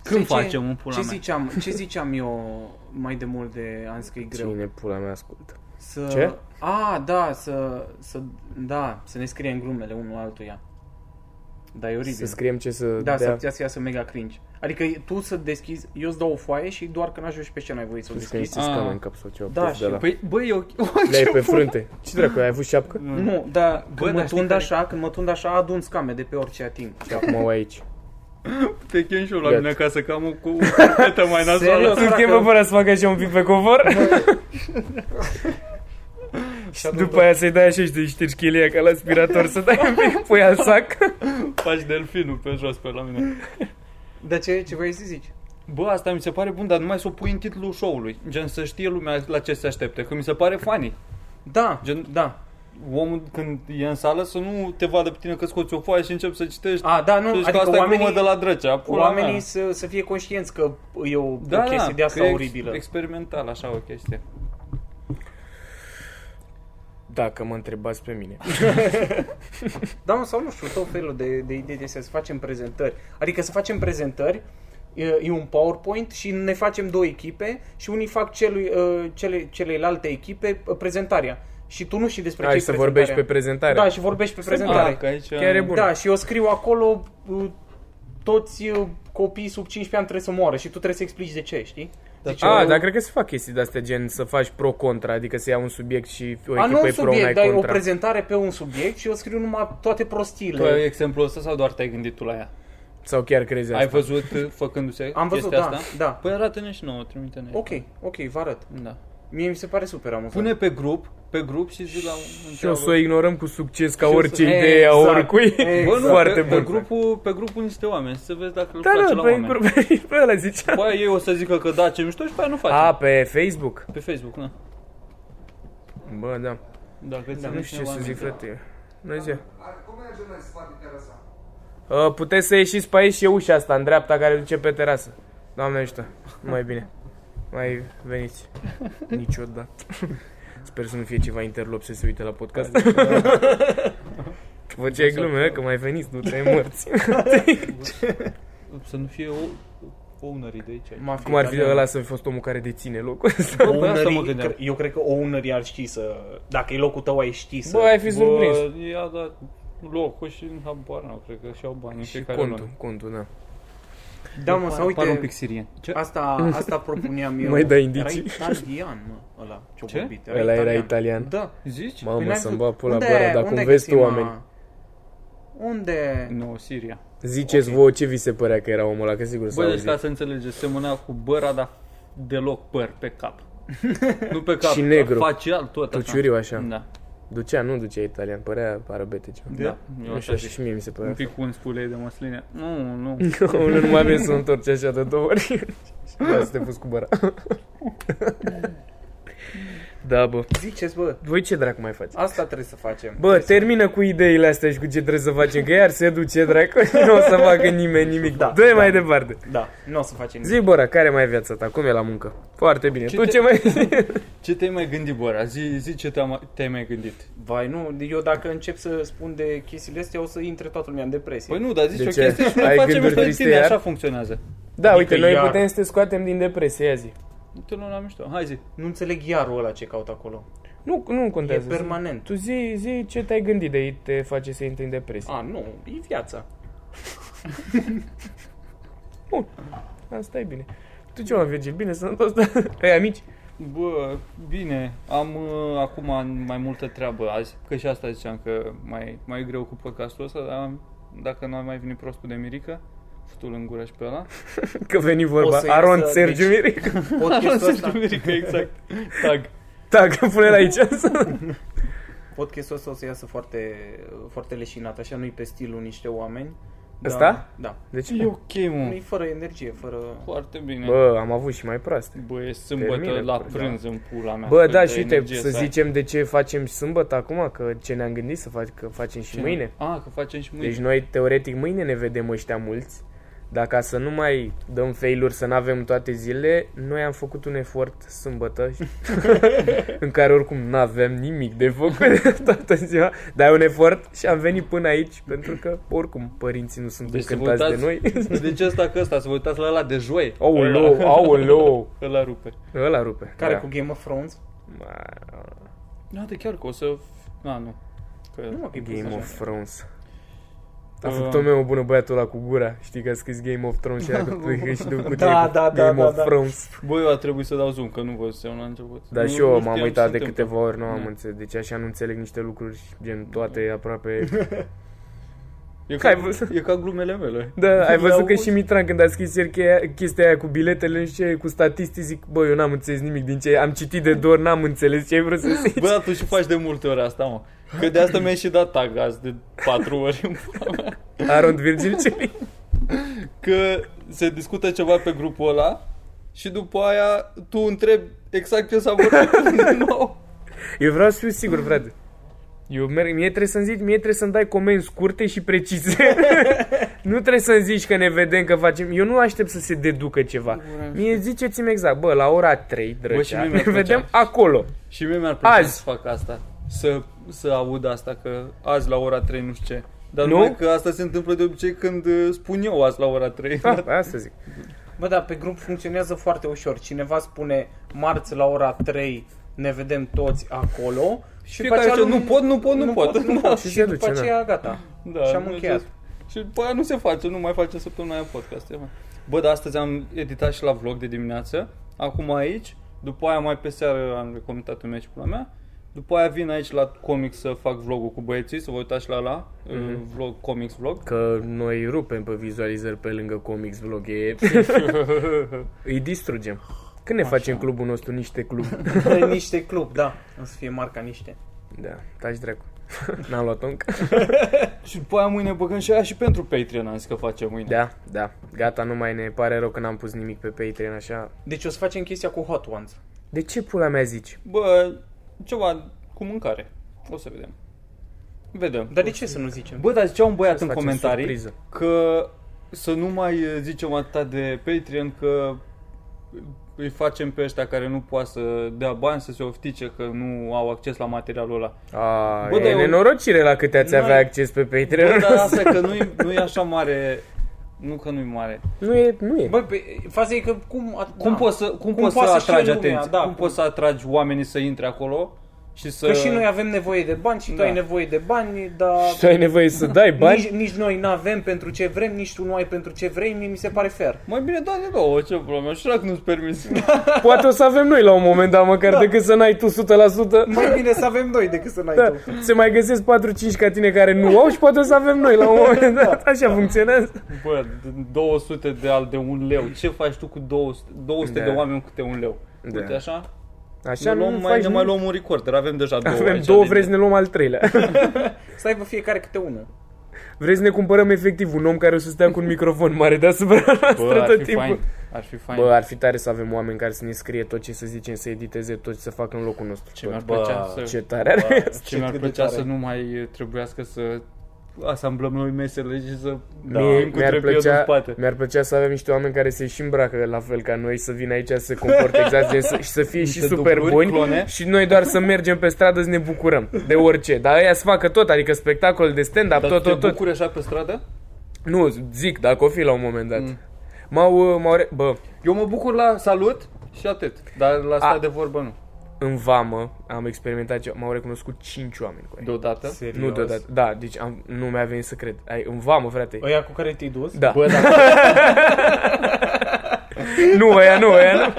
Când Știi facem un pula ce mea? ziceam, ce ziceam eu mai de mult de ani că e greu? Cine pula mea ascultă? Să... Ce? A, da, să, să, da, să ne scriem glumele unul altuia. Da, e Să oribil. scriem ce să Da, s-ar dea. putea să iasă mega cringe. Adică tu să deschizi, eu îți dau o foaie și doar când ajungi pe scenă ai voie să o Să scriem deschizi. ce Ah. scamă în cap sau ceva. Da, prost și de la. Păi, bă, e ok. Le-ai pe frunte. Ce dracu, ai avut șapcă? Nu, dar Mm. Bă, când mă dar știi tund care- Da. așa, când mă tund așa, adun scame de pe orice ating. Și acum o ai aici. Te chem și eu la Iată. mine acasă, că am o cu o carpetă mai Serios? nasoală. Sunt Sunt chemă chemă fără să facă așa un pic pe covor. Și atunci După aia să-i dai așa și te ștergi chelia ca la aspirator să dai un pic puia în sac. Faci delfinul pe jos pe la mine. Dar ce, ce vrei să zici? Bă, asta mi se pare bun, dar numai să o pui în titlul show-ului. Gen să știe lumea la ce se aștepte, că mi se pare funny. Da, Gen- da. Omul când e în sală să nu te vadă pe tine că scoți o foaie și începi să citești. A, da, nu, Deci adică asta oamenii, e oamenii, glumă de la drăcea, pula oamenii mea. să, să fie conștienți că e o, da, o chestie da, de asta că e ex- oribilă. experimental, așa o chestie. Dacă mă întrebați pe mine. Da, mă, sau nu știu, tot felul de, de idei de astea, să facem prezentări. Adică să facem prezentări, e, e un PowerPoint și ne facem două echipe și unii fac celui, e, cele, celelalte echipe e, prezentarea. Și tu nu știi despre ce Ai e să prezentarea. vorbești pe prezentare. Da, și vorbești pe prezentare. Ah, că aici... Chiar e bun. Da, și eu scriu acolo uh, toți uh, copiii sub 15 ani trebuie să moară și tu trebuie să explici de ce, știi? Da, Deci A, eu- dar cred că se fac chestii de-astea gen să faci pro-contra, adică să ia un subiect și o A, nu echipă un e pro, una e subiect, dar e o contra. prezentare pe un subiect și eu scriu numai toate Tu ai prostiile. exemplul ăsta sau doar te-ai gândit tu la ea? Sau chiar crezi Ai asta. văzut uh, făcându-se Am văzut, chestia da, asta? da. Păi arată-ne și nouă, trimite-ne. Ok, ok, vă arăt. Da. Mie mi se pare super amuzant. Pune pe grup, pe grup și zi la un Și o să o întreabă. ignorăm cu succes ca Și o să- orice Exact, idee a oricui. exact. Bă, nu, Foarte pe, bun. Pe grupul, pe grupul niște oameni, să vezi dacă îl Da, place da, la pe, oameni. grup- pe ăla zicea. Bă, ei o să zică că da, ce mișto și pe aia nu face. A, pe Facebook? Pe Facebook, na. Bă, da. Dacă da, Nu știu ce să zic, frate. Bună ziua. Cum merge la spate terasa? Uh, Puteți să ieșiți pe aici și e ușa asta, în dreapta, care duce pe terasă. Doamne ajută, mai bine. Mai veniți. Niciodată. Sper să nu fie ceva interlop să se uite la podcast. Vă ce glume, Da. eh, că mai veniți, du-te morți. Să nu fie o, ownerii de aici. Mafia Cum ar fi italiană. ăla să fi fost omul care deține locul ăsta? Bă, pe asta mă Ownerii, gândeam. cre- eu cred că ownerii ar ști să... Dacă e locul tău, ai ști să... Bă, ai fi surprins. Bă, i-a dat locul și în habar n-au, cred că și-au bani în Și fiecare contul, lună. contul, da. da, mă, sau Par un pic uite... sirien. Ce? Asta, asta propuneam eu. Mai dai indicii. Era italian, mă, ăla ce-o Ce? vorbit. Ăla era italian. Da. Zici? Păi Mamă, n-ai să-mi văzut- bag pula Unde- băra, dacă unde îmi vezi tu găsim, oameni. mă? Unde? Nu, Siria. Ziceți voi ce vi se părea că era omul ăla, că sigur s-a Bă, deci ca auzit. să înțelegeți, semăna cu băra, dar deloc păr pe cap. nu pe cap, Și negru. dar facial tot așa. Tuciuriu așa. Da. Ducea, nu ducea italian, părea arabete ceva. Da. Eu Nu știu, așa așa zic. și mie mi se părea. Un pic cu un spulei de măsline. Nu, nu. Unul nu mai vine să întorci așa de două ori. Da, să te pus cu băra. da, bă. Ziceți, bă, Voi ce dracu mai faci? asta trebuie să facem. Bă, termină cu ideile astea și cu ce trebuie să facem, că iar se duce dracu, nu o să facă nimeni nimic. Da, Da, Dă-i da. mai departe. Da, nu o să facem nimic. Zi, Bora, care mai e viața ta? Cum e la muncă? Foarte bine. Ce tu te- ce mai... Ce te-ai mai gândit, Bora? Zi, zi ce te-am- te-ai mai gândit. Vai, nu, eu dacă încep să spun de chestiile astea, o să intre toată lumea în depresie. Păi nu, dar zici De o ce? chestie și noi Ai facem gânduri mișto de triste tine, iar? așa funcționează. Da, Adică uite, noi iar- putem să te scoatem din depresie, ia zi. Nu te luăm la mișto. Hai zi. Nu înțeleg iarul ăla ce caut acolo. Nu, nu E contează. permanent. Tu zi, zi ce te-ai gândit de ei te face să intri în depresie. A, nu, e viața. Asta e bine. Tu ce mă, Virgil? Bine, sănătos? Ei, amici? Bă, bine, am uh, acum mai multă treabă azi, că și asta ziceam că mai, mai e greu cu podcastul ăsta, dar am- dacă nu a mai venit prostul de Mirica, futul în gură și pe ăla. Că veni vorba. O să Aron, iasă, Sergiu, deci- Miric. Podcastul ăsta. Mirica, exact. Tag. Da, că pune la aici. Podcastul ăsta o să iasă foarte, foarte leșinat, așa nu-i pe stilul niște oameni. Dar- Ăsta? Mm. Da. De ce? E ok, Nu-i mă. fără energie, fără... Foarte bine. Bă, Bă, am avut și mai proaste. Bă e sâmbătă Termină, la bă, prânz în pula mea. Bă, Câtă da, și uite, Ah, energie să ai. zicem de ce facem sâmbătă acum, că ce ne-am gândit să fac, că facem și Ce? mâine. A, că facem și mâine. Deci noi, teoretic, mâine ne vedem ăștia mulți. Dar ca să nu mai dăm failuri, să nu avem toate zilele, noi am făcut un efort sâmbătă și- în care oricum nu aveam nimic de făcut toată ziua, dar e un efort și am venit până aici pentru că oricum părinții nu sunt Deci să vă încântați de uitați- noi. Deci ăsta că ăsta, să vă uitați la ăla de joi. Aoleu, aoleu, Ăla rupe. ăla rupe. Care da. cu Game of Thrones? Da, de chiar că o să... A, nu. Că... Nu mă, că e pus Game așa. of Thrones. A Uh. făcut o memă bună băiatul ăla cu gura Știi că a scris Game of Thrones și a și de Da, cu trei- da, da, Game da, of da. Thrones Bă, eu a trebuit să dau zoom, că nu vă ziceam la început. Dar nu, Da, și nu eu m-am știam uitat ce de se câteva ori Nu am Da. înțeles Deci așa nu înțeleg niște lucruri Mm. Gen toate aproape întâmplă. Ai E văzut? ca, e ca glumele mele. Da, ai văzut că auzi? și Mitran când a scris ieri cheia- chestia aia cu biletele nu știu ce, cu statistici, zic, bă, eu n-am înțeles nimic din ce am citit de dor, n-am înțeles ce ai vrut să zici. Bă, dar tu și faci de multe ori asta, mă. Că de asta mi-ai și dat tag azi de patru ori în pula mea. Arond Virgil Celi. că se discută ceva pe grupul ăla și după aia tu întrebi exact ce s-a vorbit din nou. Eu vreau să fiu sigur, frate. Eu merg, mie trebuie să-mi zici, mie trebuie să-mi dai comenzi scurte și precise. nu trebuie să-mi zici că ne vedem, că facem... Eu nu aștept să se deducă ceva. Mie ziceți-mi exact, bă, la ora 3, Bă, și drăgea, mie ne mi-ar plăcea. vedem acolo. Și mie mi-ar plăcea Azi. să fac asta. Să, să aud asta, că azi la ora 3 nu știu ce. Dar Nu? nu? numai că asta se întâmplă de obicei când uh, spun eu azi la ora 3. Ah, aia să zic. Bă, da, pe grup funcționează foarte ușor. Cineva spune marți la ora 3 ne vedem toți acolo și după Fiecare aceea ce nu pot, nu pot, nu, pot. nu pot. Și Și se după duce, da. aceea gata. Da, Și am nu încheiat. știu. Și după aia nu se face, nu mai face săptămâna aia podcast. ia mai. Bă, dar astăzi am editat și la vlog de dimineață, acum aici, după aia mai pe seară am recomandat un meci pula mea, după aia vin aici la comics să fac vlogul cu băieții, să vă uitați și la la Mhm. mm vlog, comics vlog. Că noi rupem pe vizualizări pe lângă comics vlog, e... Îi distrugem. Când ne facem clubul nostru niște club? niște club, da. O să fie marca niște. da, taci dracu. N-am luat încă. Și după aia mâine băgăm și aia și pentru Patreon, am zis că facem mâine. Da, da. Gata, nu mai ne pare rău că n-am pus nimic pe Patreon așa. Deci o să facem chestia cu Hot Ones. De ce pula mea zici? Bă, ceva cu mâncare, o să vedem. Vedem. Dar de ce să nu zicem? Bă, dar zicea un băiat Să în facem comentarii surpriză. că să nu mai uh, zicem atâta de Patreon că îi facem pe ăștia care nu poate să dea bani să se oftice că nu au acces la materialul ăla. A, Bă, e dar eu- nenorocire la câte ați N-ai- avea acces pe Patreon. Bă, dar asta că nu e, nu e așa mare, nu că nu e mare. Nu e, nu e. Bă, pe, faza e că cum... a- Cum da. poți să, Cum cum poți să poate să știe atragi lumea, atenție? da, cum cum- poți să atragi oamenii să intre acolo și să Că și noi avem nevoie de bani și tu Da. ai nevoie de bani, dar... Și ai nevoie să dai bani? Nici, nici noi nu avem pentru ce vrem, nici tu nu ai pentru ce vrei, mie mi se pare fair. mai bine da de două, ce problemă, și dacă nu-ți permiți. Da. Poate o să avem noi la un moment, dar măcar Da. decât să n-ai tu 100%. Mai bine să avem noi decât să n-ai Da, se mai găsesc 4-5 ca tine care nu au și poate o să avem noi la un moment dat. Da. Așa funcționează. Bă, d- 200 de al de un leu. Ce faci tu cu 200, 200 Da. de oameni câte un leu? Da. Uite așa? Așa Ne, luăm, nu mai, faci ne mai nimic. luăm un recorder, avem deja două Avem aici, două, deci- vrei să ne luăm al treilea. Să aibă fiecare câte unul. Vrei să ne cumpărăm efectiv un om care o să stea cu un microfon mare deasupra Bă, noastră ar tot fi fain. timpul. Ar fi fain. Bă, ar fi tare să avem oameni care să ne scrie tot ce să zicem, să editeze tot ce să facă în locul nostru. ce Tot. mi-ar plăcea să... Ce tare ar fi. ce mi-ar cât de plăcea tare. să nu mai uh, trebuiască să asamblăm noi mesele și să Da. da. Mie, cu mi-ar, trepiedul în plăcea, spate. mi-ar plăcea să avem niște oameni care se și îmbracă la fel ca noi, să vină aici să se comporte exact gen, să, și să fie și Niște super dubluri, buni clone. și noi doar să mergem pe stradă să ne bucurăm de orice. Dar ăia să facă tot, adică spectacol de stand-up, Dar tot, tu te tot, tot. bucuri așa pe stradă? Nu, zic, dacă o fi la un moment dat. Mm. M-au, uh, m-au re... Bă, Eu mă bucur la salut și atât. Dar la A. asta de vorbă nu. în vamă am experimentat, ce- m-au recunoscut 5 oameni cu aia. Deodată. Serios. Nu deodată, da, deci am, nu mi-a venit să cred. Ai, în vamă, frate. Ăia cu care te-ai dus? Da. Păi, Bă, dar, Nu, ăia nu, ăia nu.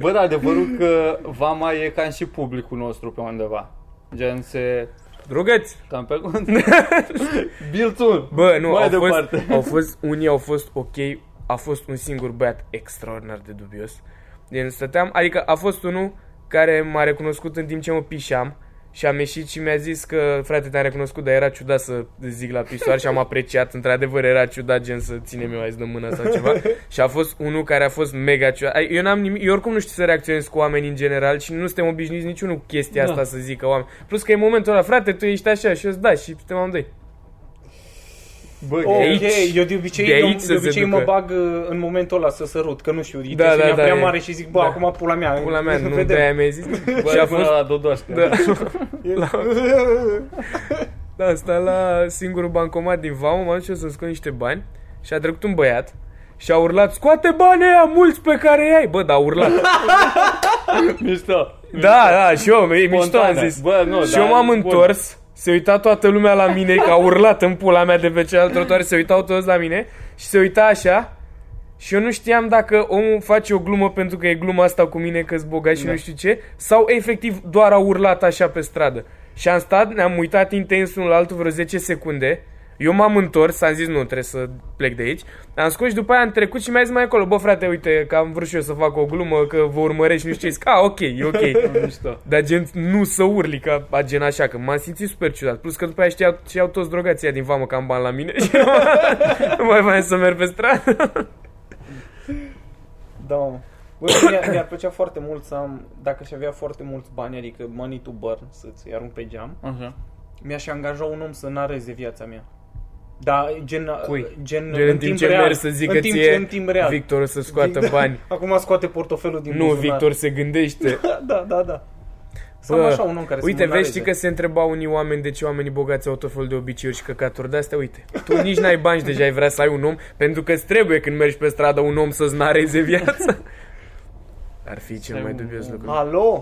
bă, dar adevărul că vama e ca și publicul nostru pe undeva. Gen se... Rugați! Cam pe cont. Bilțul. Bă, nu, Mai au departe. fost, au fost, unii au fost ok, a fost un singur băiat extraordinar de Deci, dubios. Din stăteam, adică a fost unul care m-a recunoscut în timp ce mă pișam Și am ieșit și mi-a zis că, frate, te-am recunoscut, dar era ciudat să zic la pisoar și am apreciat. Într-adevăr, era ciudat, gen să ținem eu azi de mână sau ceva. și a fost unul care a fost mega ciudat. Ai, Eu, n-am nimic, eu oricum nu știu să reacționez cu oameni în general și nu suntem obișnuiți niciunul cu chestia Da. asta să zică oameni. Plus că e momentul ăla, frate, tu ești așa și eu da și suntem amândoi. Bă, Ok, aici- eu de obicei, de de aici eu, să de se obicei mă ducă. bag uh, în momentul ăla să sărut, că nu știu, e Da, da, da, da, da, prea e- mare și zic, bă, da. acum pula mea, Pula mea, nu da. vedem. de-aia mi-ai zis. și a fost... la Dodoaște. Da. Da, asta la singurul bancomat din Vamă, m-am dus eu să scot niște bani și a trecut un băiat și a urlat, scoate banii aia mulți pe care i-ai. Bă, dar a urlat. Mișto. da, da, și eu, e mișto am Spontană. zis. Bă, nu, și dar eu m-am bun. întors, se uita toată lumea la mine, că a urlat în pula mea de pe cealaltă trotuar, se uitau toți la mine și se uita așa. Și eu nu știam dacă omul face o glumă pentru că e gluma asta cu mine că-s bogat și Da. nu știu ce, sau efectiv doar a urlat așa pe stradă. Și am stat, ne-am uitat intens unul la altul vreo 10 secunde. Eu m-am întors, am zis nu, trebuie să plec de aici. Am scos și după aia am trecut și mi-a zis mai acolo, bă frate, uite că am vrut și eu să fac o glumă, că vă urmăresc și nu știu ce. Zic, a, ok, e ok. Mișto. Dar gen nu să urli ca a gen așa, că m-am simțit super ciudat. Plus că după aia știau, știau toți drogația din vamă că am bani la mine și nu mai- nu mai voiam să merg pe stradă. Da, mă. Bă, mi-ar, mi-ar plăcea foarte mult să am, dacă și avea foarte mulți bani, adică money to burn, să-ți arunc pe geam, Așa. mi-aș angaja un om să nareze viața mea. Da, gen, Cui? gen, Gen, în timp ce real, mergi să zică în timp, ție, în timp real. Victor o să scoată Din- bani. Acum scoate portofelul din Nu, buzunar. Victor se gândește. da, da, da. Să am Bă, așa un om care să uite, mă vezi, știi nareze. că se întrebau unii oameni de ce oamenii bogați au tot felul de obiceiuri și căcaturi de astea, uite. Tu nici n-ai bani și deja ai vrea să ai un om, pentru că îți trebuie când mergi pe stradă un om să-ți nareze viața. Ar fi cel Ai mai un- dubios un- lucru. Alo?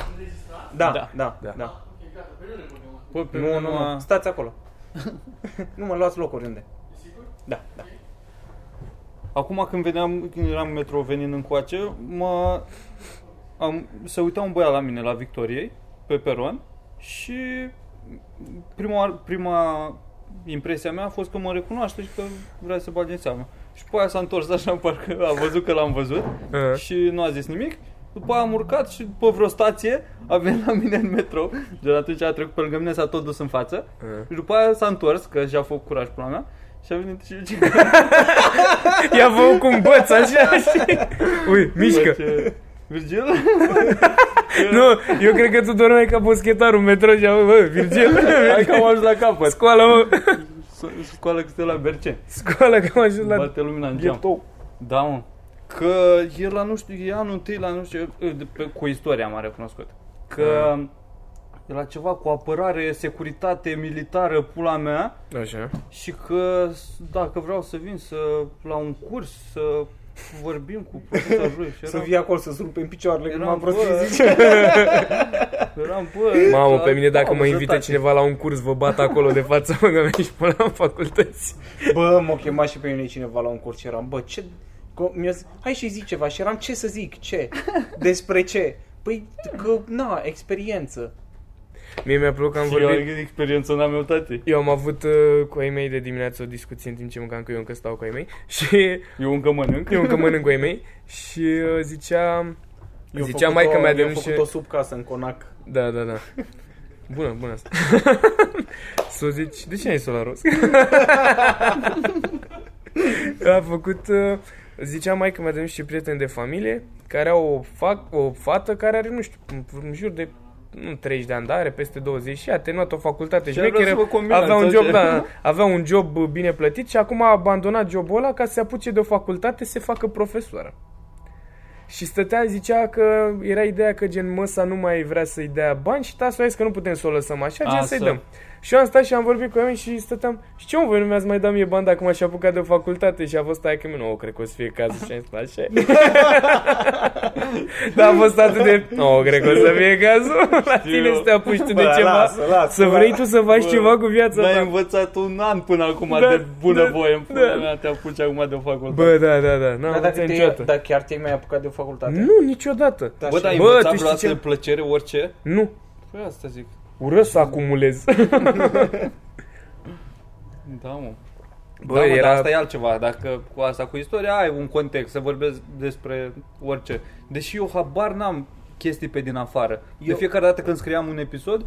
Da, Da. da, da. Da. da. da. Bă, pe Nu, nu, nu, stați acolo. nu mă luați loc oriunde. Da, da. Acum când veneam, când eram în metro venind încoace, mă... Am, se uita un băiat la mine, la Victoriei, pe peron și prima, prima impresia mea a fost că mă recunoaște și că vrea să bage în seamă. Și după aia s-a întors așa, parcă a văzut că l-am văzut Aha. și nu a zis nimic. După aia am urcat și după vreo stație a venit la mine în metro. De atunci a trecut pe lângă mine, s-a tot dus în față. Aha. Și după aia s-a întors, că și-a făcut curaj până mea. Și a venit și zice I-a făcut cu un băț așa și... Ui, mișcă. Face- Virgil? Nu, eu cred că tu dormeai ca boschetarul în metro și am bă, Virgil, Hai că am ajuns la capăt. scoală, mă, S- Scoală că stă la Bercen. scoală că am ajuns la... Bate lumina în geam. Da, mă. Că e la nu știu, e anul întâi la nu știu, de pe, cu istoria m-a recunoscut. Că e la ceva cu apărare, securitate militară, pula mea. Așa. Și că s- dacă vreau să vin să, la un curs, să vorbim cu profesorul lui. Și Să eram, vii acolo să-ți rup în picioarele, cum Eram, am vrut bă, să zice. eram, bă, Mamă, da, pe mine dacă da, mă invită dreptate. cineva la un curs, vă bat acolo de față, mă, că mi-ești până la facultăți. Bă, m-a chemat și pe mine cineva la un curs și eram, bă, ce... Că mi-a zis, hai și zic ceva și eram, ce să zic, ce? Despre ce? Păi, că, na, experiență. Mie mi-a plăcut că am Și eu vorbit... am experiența n-am eu, tati. Eu am avut uh, cu ei mei de dimineață o discuție în timp ce mâncam, că eu încă stau cu ei mei și Eu încă mănânc. eu încă mănânc cu ei mei și uh, zicea... Eu zicea făcut-o- maica mea de eu am nu știu- făcut-o sub casă, în conac. Da, da, da. Bună, bună asta. să zici, de ce ai solaros? A făcut, uh, zicea mai că mi-a trimis și prieteni de familie care au o, fac, o fată care are, nu știu, în- în jur de nu 30 de ani, dar are peste 20 și a terminat o facultate Și ar vrea șmecheră, să vă combinați, avea un sau job, ce? da, avea un job uh, bine plătit și acum a abandonat jobul ăla ca să se apuce de o facultate să se facă profesoară. Și stătea, zicea că era ideea că gen măsa nu mai vrea să-i dea bani și tasul a zis că nu putem să o lăsăm așa, gen Asta. să-i dăm. Și eu am stat și am vorbit cu oameni și stăteam, și ce mă, voi nu mi-ați mai dat mie bani dacă m-aș apuca de o facultate? Și a fost aia că nu, cred că o să fie cazul și am zis, așa. e." Dar a fost atât de, nu, cred că o să fie cazul, la tine să te apuci tu Da, de Bă, ceva, lasă, lasă, să vrei tu să faci Bă, ceva cu viața N-ai ta. învățat un an până acum Da, de bună da, voie în da. pula mea, te apuci acum de o facultate. Bă, da, da, da, n-am Dar dacă învățat te, niciodată. dar chiar te-ai mai apucat de o facultate? Nu, niciodată. Da, Bă, și- dar ai Bă, învățat tu știi vreodată ce- de plăcere orice? Nu, Păi asta zic. urăsc să acumulez. Da, mă. Bă, Bă, da, mă, era- dar asta e altceva. Dacă cu asta cu istoria ai un context, să vorbesc despre orice. Deși eu habar n-am chestii pe din afară. Eu... De Eu- fiecare dată când scriam un episod,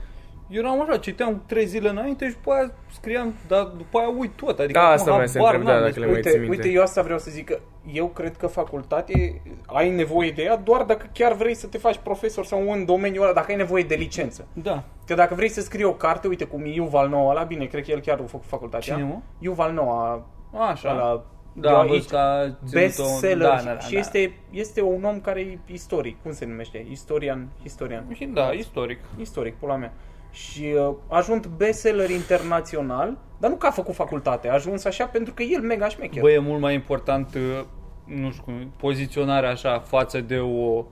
Eu eram așa, citeam trei zile înainte și după aia scriam, dar după aia uit tot. Adică Da, acum asta vreau să habar întreb, da, n-am dacă le despre- mai ții Uite, minte. uite, eu asta vreau să zic că eu cred că facultate ai nevoie de ea doar dacă chiar vrei să te faci profesor sau în domeniul ăla, dacă ai nevoie de licență. Da, Că dacă vrei să scrii o carte, uite cum Yuval Noah ăla, bine, cred că el chiar a făcut facultatea. Cine, mă? Yuval Noah, așa. ăla, eu da, am aici- văzut că a ținut o- bestseller da, și, da, da, și da. Este, este un om care e istoric, cum se numește? Istorian, istorian, Și da, istoric. istoric, pula mea. Și uh, a ajuns bestseller internațional, dar nu că a făcut facultate, a ajuns așa pentru că el mega șmecher. Bă, e mult mai important, uh, nu știu cum, poziționarea așa față de o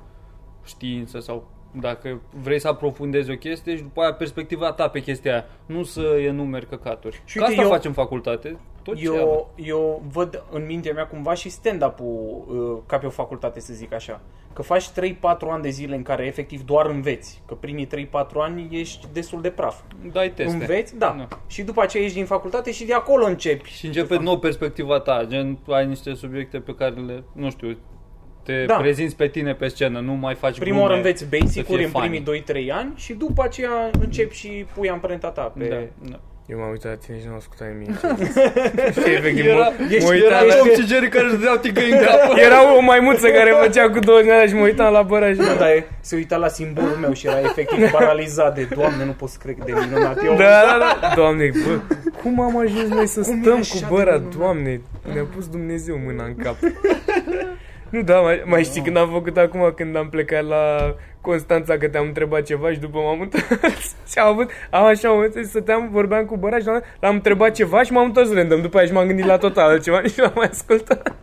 știință sau dacă vrei să aprofundezi o chestie și după aia perspectiva ta pe chestia aia. Nu să enumeri căcaturi. Și Și Că uite, asta eu- facem facultate. Tot ce avem. eu, eu văd în mintea mea cumva și stand-up-ul uh, ca pe o facultate, să zic așa. Că faci 3-4 ani de zile în care efectiv doar înveți. Că primii 3-4 ani ești destul de praf. Dai teste. Înveți, da. Nu. Și după aceea ieși din facultate și de acolo începi. Și începe nou perspectiva ta, gen ai niște subiecte pe care le, nu știu, te Da. da. prezinți pe tine pe scenă, nu mai faci Prima glume oară înveți să basic-uri fie în funny. primii 2-3 ani și după aceea începi și pui amprenta ta pe... Da. Da, da. Eu m-am uitat la tine și nu am ascultat nimic. Și efectiv, Era, mă, mă ești, uitam era la... Tom și Jerry care își dădeau Da. tigăi în cap. Era o maimuță care făcea cu două ani și mă uitam la băra și... Da, se uita la simbolul meu și era efectiv paralizat de Doamne, nu pot să cred cât de minunat eu. Da, da, da. Doamne, bă, cum am ajuns noi să Cum e stăm așa cu de băra, minunat? Doamne? Ne-a pus Dumnezeu mâna în cap. Nu, da, mai, mai știi când am făcut acum, când am plecat la Constanța, că te-am întrebat ceva și după m-am întors și am avut, am așa, am înțeles, stăteam, vorbeam cu băra și l-am- l-am întrebat ceva și m-am întors random, după aia și m-am gândit la total altceva și l-am mai ascultat.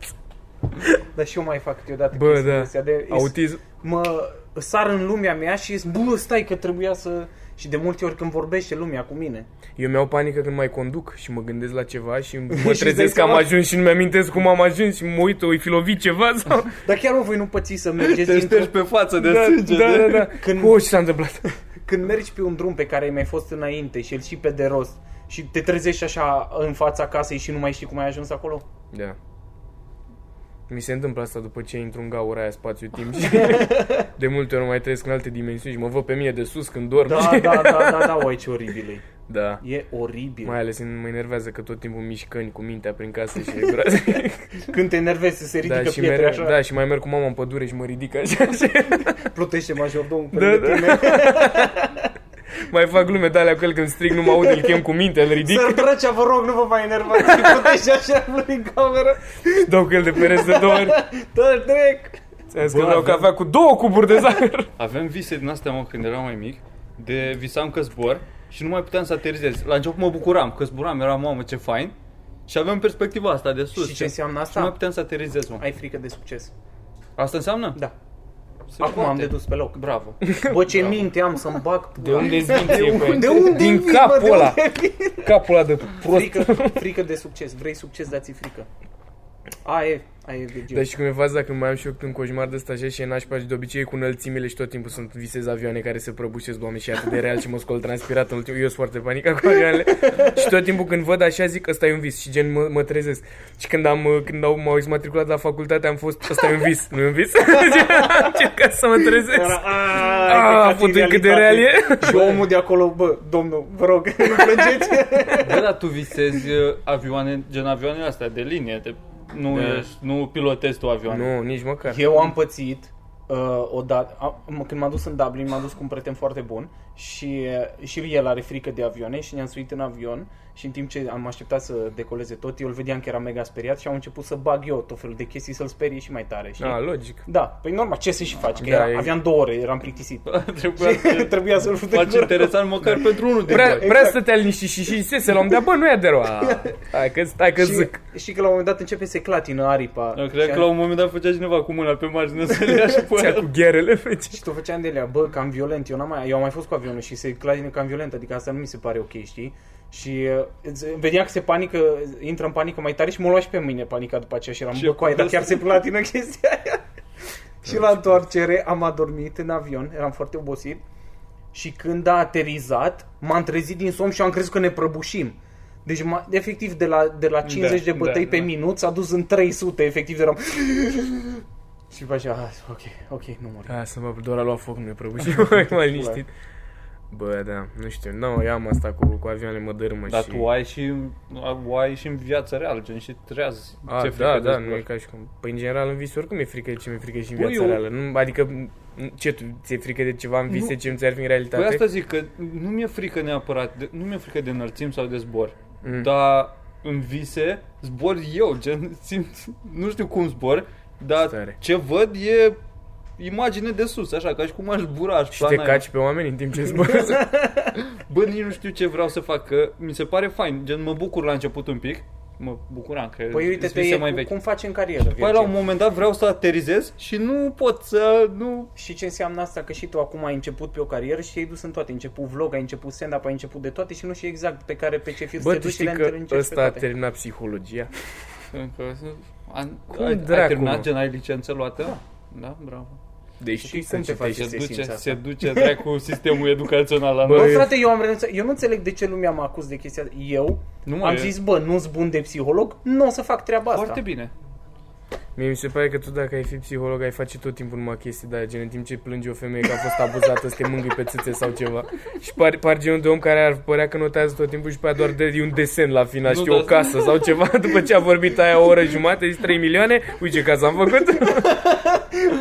Dar și eu mai fac câteodată Bă, chestiile da, astea de... autism. mă sar în lumea mea și zic, bă, stai că trebuia să... Și de multe ori când vorbește lumea cu mine. Eu mi-au panică când mai conduc și mă gândesc la ceva și mă îți dai trezesc că am seama? ajuns și nu mi-amintesc cum am ajuns și mă uit, oi fi lovit ceva sau... Dar chiar mă voi nu păți să mergeți Te într-un- ștergi pe față de da, sânge. da, de... da, da. Când- Când... Cu ce s-a întâmplat? Când mergi pe un drum pe care ai mai fost înainte și îl și pe de rost și te trezești așa în fața casei și nu mai știi cum ai ajuns acolo? Da. Mi se întâmplă asta după ce intru în gaura aia spațiu-timp și de multe ori mai trăiesc în alte dimensiuni și mă văd pe mine de sus când dorm. Da, da, da, da, da, o, aici e oribil. e. da. E oribil. Mai ales în- mă enervează că tot timpul mișcăni cu mintea prin casă și e groază. Când te enervezi, se ridică da, și pietre mereu, Adică așa, da, și mai merg cu mama în pădure și mă ridic așa, așa. plutește majordomul pe Da, lângă da. tine. Mai fac glume de alea cu el când strig, nu mă aud, îl chem cu mintea, îl ridic, Sărbrecea, vă rog, nu vă mai enervați. Și plutește așa în cameră. dau cu el de pereți de două ori. Dă trec. Ți-am zis Bă, că vreau avem- cafea cu două cuburi de zahăr. Aveam vise din astea, mă, când eram mai mic, de visam că zbor și nu mai puteam să aterizez. La început mă bucuram că zburam, era mamă ce fain. Și aveam perspectiva asta de sus. Și ce înseamnă Și nu mai asta? puteam să aterizez, mă. Ai frică de succes. Asta înseamnă? Da. Se Acum poate. am dedus pe loc. Bravo. Bă, ce minte am să-mi bag De unde zbinție, De unde vii, Din bă, de capul ăla. unde vii? Capul ăla de prost. Frică, frică de succes. Vrei succes, dați frică. A, e, a, e Virgil. Dar și cum e faza când mai am și eu un coșmar de ăsta așa și e nașpa și de obicei cu înălțimile și tot timpul sunt visez avioane care se prăbușesc, doamne, și e atât de real și mă scol transpirat în ultimul, eu sunt foarte panicat cu avioanele și tot timpul când văd așa zic, ăsta e un vis și gen mă, mă trezesc. Și când am, uh, când au, m-au exmatriculat la facultate am fost, ăsta e un vis, nu e un vis? am încercat să mă trezesc. Era, a, ai Ah, plecat în putin cât de realitate. real e. Și omul de acolo, bă, domnul, vă rog, nu plângeți. Bă, dar tu visezi uh, avioane, gen avioanele astea de linie, de, nu, Da. ești, nu pilotezi tu avioane. Nu, nici măcar. Eu am pățit uh, odată, am- când m-am dus în Dublin, m-am dus cu un prieten foarte bun și, uh, și el are frică de avioane și ne-am suit în avion și în timp ce am așteptat să decoleze tot, eu îl vedeam că era mega speriat și am început să bag eu tot felul de chestii să-l sperie și mai tare. Știi? Ah, logic. Da, păi normal, ce să și faci? Că Da, era, e- aveam două ore, eram plictisit. Trebuia să Trebuia să-l fut în faci gură. interesant Da. măcar pentru unul din Vrea, voi. vrea să te liniști și, și, și se luăm, dar bă, nu e de rău. Ah, Hai că, hai că zic. Și, și că la un moment dat începe să clatină aripa. Eu cred și că la un moment dat făcea cineva cu mâna pe margine să le ia și pe Ți-a aia. cu gherele, fece. Și tot făceam de alea, bă, cam violent, eu, n-am mai, eu am mai fost cu avionul și se clatină cam violent, adică asta nu mi se pare ok, știi? Și uh, îți- vedea că se panică, intră în panică mai tare și mă lua și pe mâine panica după aceea și eram, Și bă, eu Da, coai, dar povestea. chiar se clatină chestia aia. și la întoarcere am adormit în avion, eram foarte obosit și când a aterizat, m-am trezit din somn și am crezut că ne prăbușim. Deci, m-a- efectiv, de la, de la 50 de da, bătăi pe da. minut s-a dus în 300, efectiv, eram... Și după aceea, "Ah, ok, ok, nu mori. Da, să mă doar a luat foc, nu e prăbușit, mai liniștit. Bă, da, nu știu, nu, eu am asta cu, cu avioane, mă dărâmă Dar și... tu ai și, o ai și în viața reală, gen, și treaz. A, ți-e ce frică da, de da, zbor. nu e ca și cum. Păi, în general, în vis oricum e frică de ce mi-e frică și în Bă, viața Păi, eu- reală. Nu, adică, m- ce, tu, ți-e frică de ceva în vise Nu. ce nu ți-ar fi în realitate? Păi asta zic, că nu mi-e frică neapărat, de, nu mi-e frică de înălțim sau de zbor, Mm. mm. dar în vise zbor eu, gen, simt, nu știu cum zbor, dar Stare. Stare. ce văd e imagine de sus, așa, ca și cum aș zbura, aș Și te plana eu. caci pe oameni în timp ce zbori? Bă, nici nu știu ce vreau să fac, că mi se pare fain, gen, mă bucur la început un pic, mă bucuram, că Păi uite-te, vise e, mai cu- vechi. cum faci în carieră, Păi la un Virgil? moment dat vreau să aterizez și nu pot să, nu... Și ce înseamnă asta că și tu acum ai început pe o carieră și te-ai dus în toate. Ai început vlog, ai început stand-up, ai început de toate și nu știi exact pe care, pe ce fir să Bă, te tu duci și știi le că încerci pe ăsta a toate. terminat psihologia? Încă, an, Cum ai, ai dracu, terminat, mă? gen, ai licență luată? Da, da bravo. Deci știi să citești. faci? se se duce, simți asta? se duce dracu sistemul educațional la Bă, Bă, noi. eu- frate, eu am renunțat. Eu nu înțeleg de ce lumea mă acuz de chestia asta. Eu Nu, mă, am e- zis, bă, nu-s bun de psiholog, nu o să fac treaba asta. Foarte bine. Mie mi se pare că tu dacă ai fi psiholog ai face tot timpul numai chestii de gen în timp ce plânge o femeie că a fost abuzată, să te mângâi pe țâțe sau ceva. Și par, par genul de om care ar părea că notează tot timpul și pe aia doar de e un desen la final, Nu, da. știi, o dar- casă sau ceva, după ce a vorbit aia o oră jumate, zici 3 milioane, uite ce casă am făcut.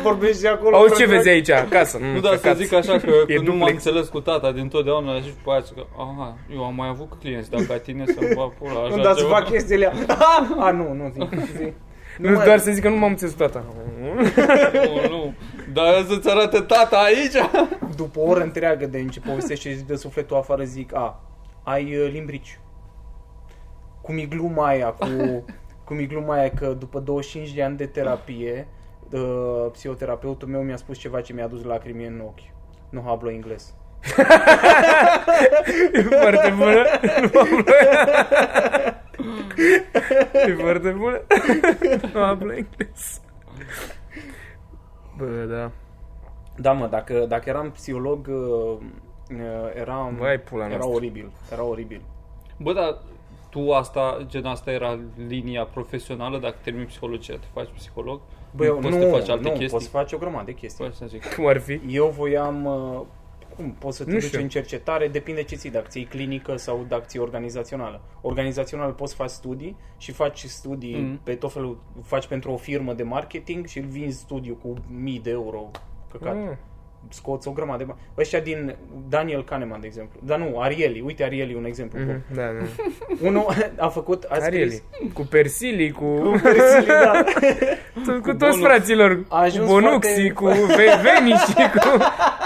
Vorbești de acolo. Auzi ce vezi aici, casă. Mm, Nu, dar să căcați. zic așa că E când nu m-am duplex. înțeles cu tata din totdeauna și după aia zic că, aha, eu am mai avut clienți, dar ca tine să-mi fac pula așa Când ați ceva. fac chestiile A, a, nu, nu, zi, zi. Nu, mă- doar să zic că nu m-am înțeles cu tata. Nu, nu. Dar să-ți arate tata aici. După o oră întreagă de ce povestește și zici de sufletul afară, zic, a, ai uh, limbrici. Cum e gluma aia, cu, cum e gluma aia că după 25 de ani de terapie, uh, psihoterapeutul meu mi-a spus ceva ce mi-a dus lacrimi în ochi. Nu hablo englez. E foarte bună. e foarte bună. nu am englez. Bă, da. Da, mă, dacă, dacă eram psiholog, uh, uh, eram, Vai, pula era noastră. oribil, era oribil. Bă, dar tu asta, gen asta era linia profesională, dacă termini psihologia, te faci psiholog? Bă, eu, poți nu, să te faci alte nu, chestii? poți să faci o grămadă de chestii. Păi, să zic. Cum ar fi? Eu voiam... uh, Cum? Poți să te Nu duci știu. în cercetare, depinde ce ții, dacă ții clinică sau dacă ții organizațională. Organizațional poți să faci studii și faci studii mm. Mhm. pe tot felul, faci pentru o firmă de marketing și îl vinzi studiu cu mii de euro. Căcat. Mm. Ah, Scoți o grămadă de bani. Ăștia din Daniel Kahneman, de exemplu. Dar nu, Arieli. Uite, Arieli e un exemplu. Mm-hmm. mhm, Da, da. Unul a făcut, a scris... Arieli. Cu Persili, cu, Arieli. da. cu, cu toți Bonuc. fraților. A Cu ajuns Bonuxi, foarte- cu Ve- Veni și cu...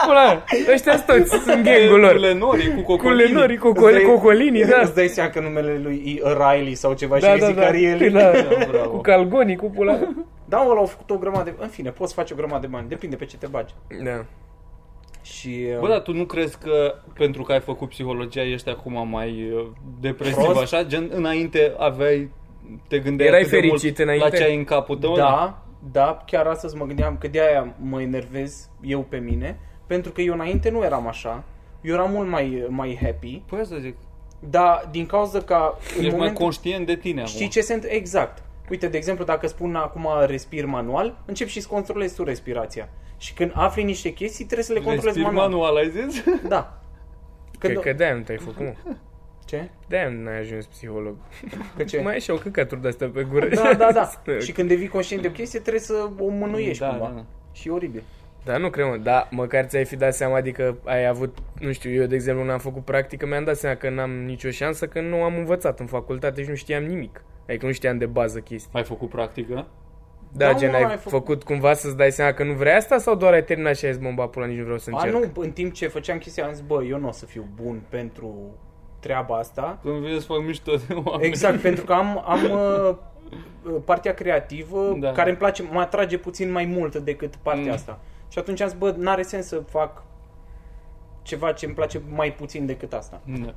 Pula, ăștia toți sunt gangul Cu lor. lenori, cu Cu cocolini. Lenori, cu Îți dai- Cocolini, da. Îți dai seama că numele lui e Riley sau ceva Da, și da, da, zic da. Arieli. Da. Bravo. Cu Calgoni, cu pula. Da, mă, l-au făcut o grămadă de... În fine, poți face o grămadă de bani, depinde pe ce te bagi. Da. Și... uh, Bă, da, dar tu nu crezi că pentru că ai făcut psihologia ești acum mai uh, depresiv Prost? așa? Gen, înainte aveai, te gândeai Erai atât de fericit mult înainte? la ce ai în capul tău? da, da, chiar astăzi mă gândeam că de-aia mă enervez eu pe mine, pentru că eu înainte nu eram așa, eu eram mult mai, mai happy, Păi asta zic, dar din cauza că... ești mai conștient de tine Știi acum. ce sunt? Exact. Uite, de exemplu, dacă spun acum respir manual, începi și îți controlezi tu respirația. Și când afli niște chestii, trebuie să le controlezi Respiri manual. manual, ai zis? Da. Cred Când... că de-aia nu te-ai făcut, mă. Ce? De-aia n-ai ajuns psiholog. Că ce? Mai ai și o căcaturi de-astea pe gură. Da, da, da. și când devii conștient de o chestie, trebuie să o mânuiești Da, cumva. da, da. Și e oribil. Da, nu cred, mă, da, măcar ți-ai fi dat seama, adică ai avut, nu știu, eu de exemplu n-am făcut practică, mi-am dat seama că n-am nicio șansă, că nu am învățat în facultate și nu știam nimic. Adică nu știam de bază chestii. Ai făcut practică? Da, Da, gen, mă, ai ai făcut... făcut- cumva să-ți dai seama că nu vrei asta sau doar ai terminat și ai zis, mă, ba, pula, nici nu vreau să A, încerc? nu, în timp ce făceam chestia, am zis, bă, eu nu o să fiu bun pentru treaba asta. Când vine să fac mișto de oameni. Exact, pentru că am, am uh, uh, partea creativă da. Da. care îmi place, mă atrage puțin mai mult decât partea mm. Mm. asta. Și atunci am zis, bă, n-are sens să fac ceva ce îmi place mai puțin decât asta. Da.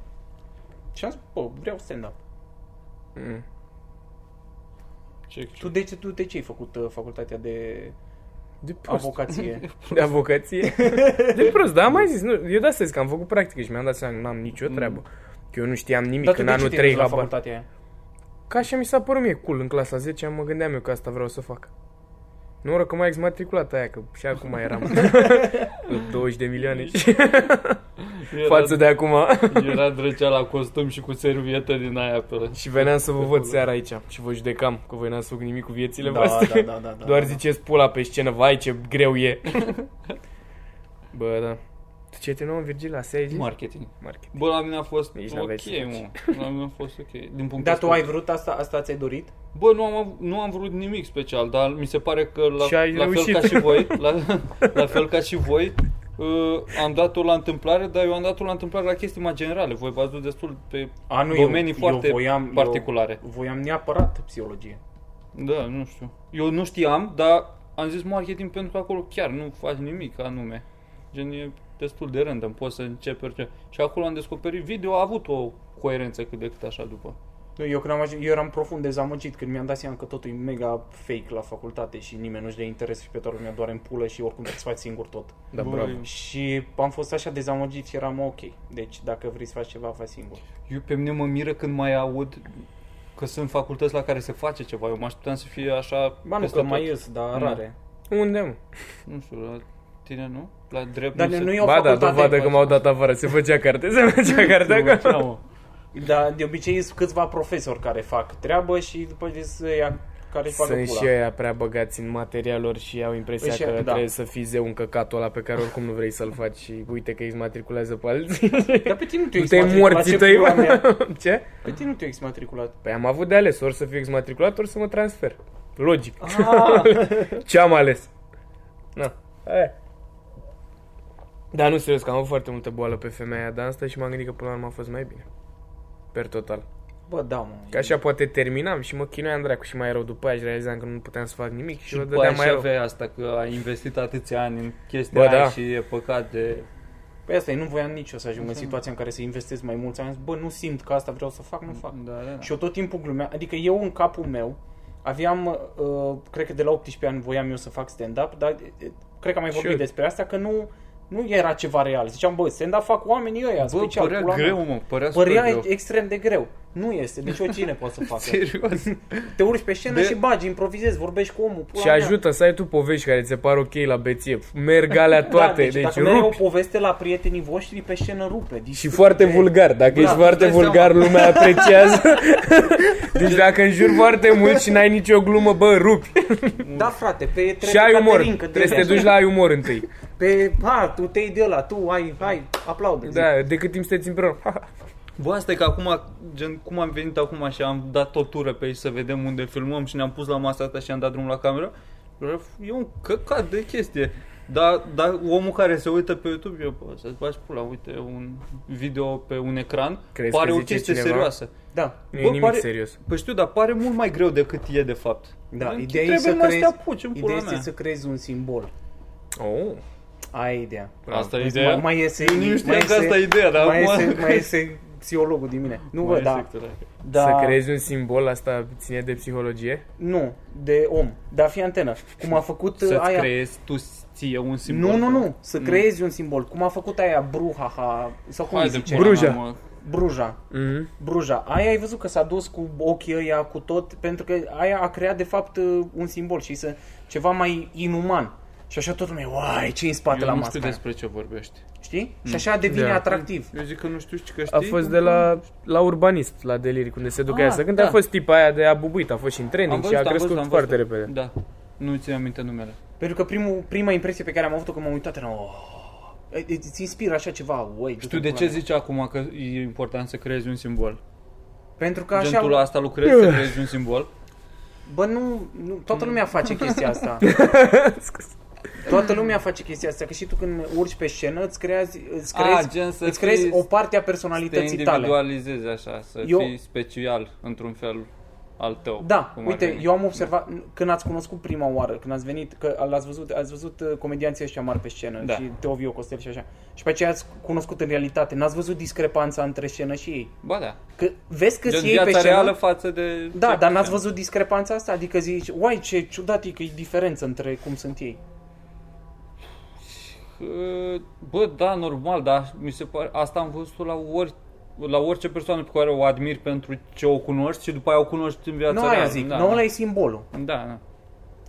Și am zis, bă, vreau stand-up. Mm. Check, Tu de ce, tu de ce ai făcut uh, facultatea de De prost. avocație? De avocație? De prost, da, am mai zis, nu, eu de asta zic că am făcut practică și mi-am dat seama că n-am nicio treabă. Că eu nu știam nimic Mm. Dar tu în de ce anul te-ai 3 dus la habar. facultatea aia? Ca așa mi s-a părut mie cool în clasa 10, mă gândeam eu că asta vreau să fac. Noroc că m-a Da, exmatriculat aia, că și acum eram 20 de milioane. față de acum. Era drecea la costum și cu servietă din aia pe la... Și veneam să vă văd seara aici și vă judecam că voi n-ați făcut nimic cu viețile voastre. da, da, da, da, Doar da. ziceți pula pe scenă, vai ce greu e. Bă, da. Tu ce te nou, Virgil, la SEI? Marketing. Market. Bă, la mine a fost Nici ok, n-aveai ce să mă. La mine a fost ok. Din punct Dar tu ai vrut asta? Asta ți-ai dorit? Bă, nu am, av- nu am vrut nimic special, dar mi se pare că la, Și ai la fel reușit. ca și voi, la, la fel ca și voi, uh, am dat-o la întâmplare, dar eu am dat-o la întâmplare la chestii mai generale. Voi v-ați dus destul pe A, nu, domenii eu, foarte eu voiam, particulare. Eu voiam neapărat psihologie. Da, nu știu. Eu nu știam, dar am zis marketing pentru că acolo chiar nu faci nimic anume. Gen, e destul de random, poți să începi orice. Și acolo am descoperit video, a avut o coerență cât de cât așa după. Nu, eu, când am ajuns, eu eram profund dezamăgit când mi-am dat seama că totul e mega fake la facultate și nimeni nu-și dă interes și pe toată lumea doar în pulă și oricum trebuie să faci singur tot. Da, Bă, bravo. Și am fost așa dezamăgit și eram ok. Deci dacă vrei să faci ceva, faci singur. Eu pe mine mă miră când mai aud că sunt facultăți la care se face ceva. Eu mă așteptam să fie așa Ba nu, peste că tot. mai ies, dar Da. rare. Unde, mă? Nu știu, la tine nu? La drept Dar nu nu se... e o Ba da, facultate. dovadă că m-au dat afară. Se făcea carte, se făcea carte acolo. Da, mă. Dar de obicei sunt câțiva profesori care fac treabă și după ce se ia care își facă Sunt pula. și ăia prea băgați în material lor și au impresia Păi și- că da. trebuie să fii zeu în căcatul ăla pe care oricum nu vrei să-l faci și uite că îi matriculează pe alții. Dar pe tine nu te-ai Tu te-ai exmatriculat, morții ce tăi, pula mea? Ce? Pe tine nu te-ai exmatriculat. Păi am avut de ales, ori să fiu exmatriculat, ori să mă transfer. Logic. Ah. Ce am ales? Na, aia. Da, nu, serios, că am avut foarte multă boală pe femeia de asta și m-am gândit că până la urmă a fost mai bine. Per total. Bă, da, mă. Că așa poate terminam și mă chinuiam dracu și mai rău după aia și realizam că nu puteam să fac nimic și, Și o după aia dădeam și mai rău. aveai asta că ai investit atâția ani în chestia Bă, aia da. și e păcat de... Păi asta e, nu voiam nici eu să ajung în situația în care să investesc mai mulți ani. Bă, nu simt că asta vreau să fac, nu fac. Da, da, da. Și eu tot timpul glumeam, adică eu în capul meu aveam, uh, cred că de la 18 ani voiam eu să fac stand-up, dar uh, cred că am mai vorbit Sure. despre asta, că nu, nu era ceva real. Ziceam, bă, stand-up fac oamenii ăia, Bă, special, părea pula mea. greu, mă, părea, Părea super greu. extrem de greu. Nu este, deci oricine poate să facă. Serios. Te urci pe scenă De- și bagi, improvizezi, vorbești cu omul. pula Și mea. ajută să ai tu povești care ți se par ok la beție. Merg alea toate, da, deci, deci, dacă dai o rupi. poveste la prietenii voștri, pe scenă rupe. Deci, Și foarte vulgar. Dacă Da, ești îți foarte dai seama. vulgar, lumea apreciază. deci dacă înjuri foarte mult și n-ai nicio glumă, bă, rupi. Da, frate, pe și ai umor. Caterinca, Trebuie să te de- duci la ai umor întâi. Pe, ha, tu te iei de ăla, tu ai, hai, aplaudă. Da, de cât timp sunteți împreună. Bă, asta e că acum, gen, cum am venit acum și am dat o tură pe aici să vedem unde filmăm și ne-am pus la masa asta și am dat drumul la cameră, e un căcat de chestie. Dar, dar omul care se uită pe YouTube, eu, bă, să-ți bași pula, uite, un video pe un ecran, Crezi că pare o zice chestie cineva? serioasă. Da. Nu e Bă, nimic pare- serios. Păi știu, dar pare mult mai greu decât e de fapt. Da, Gen, ideea e trebuie să numai crezi, să te apuci în pula ideea este mea. să creezi un simbol. Oh. Ai ideea. Asta e Vezi, ideea. Mai, mai iese, Eu nici nu mai știam că asta e ideea, dar mai, acum- iese, mai iese psihologul din mine. Nu, bă, Mai da. este, dracu. da. Să creezi un simbol, asta ține de psihologie? Nu, de om. Dar fii antenă. Cum a făcut uh, Să-ți Mm. aia... creezi tu ție un simbol. Nu, nu, nu. Să creezi un simbol. Cum a făcut aia Bruhaha, sau cum Hai îi de zice? pula mea, Bruja. mă. Bruja. Mhm. Mm. Bruja. Aia ai văzut că s-a dus cu ochii ăia, cu tot, pentru că aia a creat de fapt uh, un simbol și să ceva mai inuman. Și așa tot lumea, uai, ce în spate Eu la nu știu masca aia. despre Mm. ce vorbești. Știi? Și așa devine Da. atractiv. Eu zic că nu știu și că știi. A fost de la, la urbanist, la deliric, unde se duc Ah, aia să cânte. A da. fost tipa aia de a bubuit, a fost și în training Am și a văzut, am crescut văzut, am foarte văzut. repede. Da. Nu ți aminte numele. Pentru că primul, prima impresie pe care am avut-o când m-am uitat era, oh, e- e- îți inspiră așa ceva, uai. Știu de ce zici acum că e important să creezi un simbol. Pentru că Așa... Gen tu la așa, asta lucrezi să creezi un simbol. bă, nu, nu, toată lumea face chestia asta. Toată lumea face chestia asta, că și tu când urci pe scenă, îți creezi, îți A, creezi, gen să îți creezi fii- o parte a Să personalității te tale. individualizezi așa, să Eu- fii special într-un fel al tău. Da, cum ar uite, veni. eu am observat n- când ați cunoscut prima oară, când ați venit, că l-ați văzut, ați văzut uh, comedianții ăștia mari pe scenă Da. și Teovio Costel și așa. Și pe aceea ați cunoscut în realitate, n-ați văzut discrepanța între scenă și ei. Ba da. Că vezi că Gen ei pe viața scenă, reală față de... Da, ce- dar n-ați văzut discrepanța asta? Adică zici, uai, ce ciudat e că e diferență între cum sunt ei. Uh, Bă, da, normal, dar mi se pare, asta am văzut la ori la orice persoană pe care o admiri pentru ce o cunoști și după aia o cunoști în viața Nu reală. aia zic, da, nu, ăla da. e simbolul. da, da.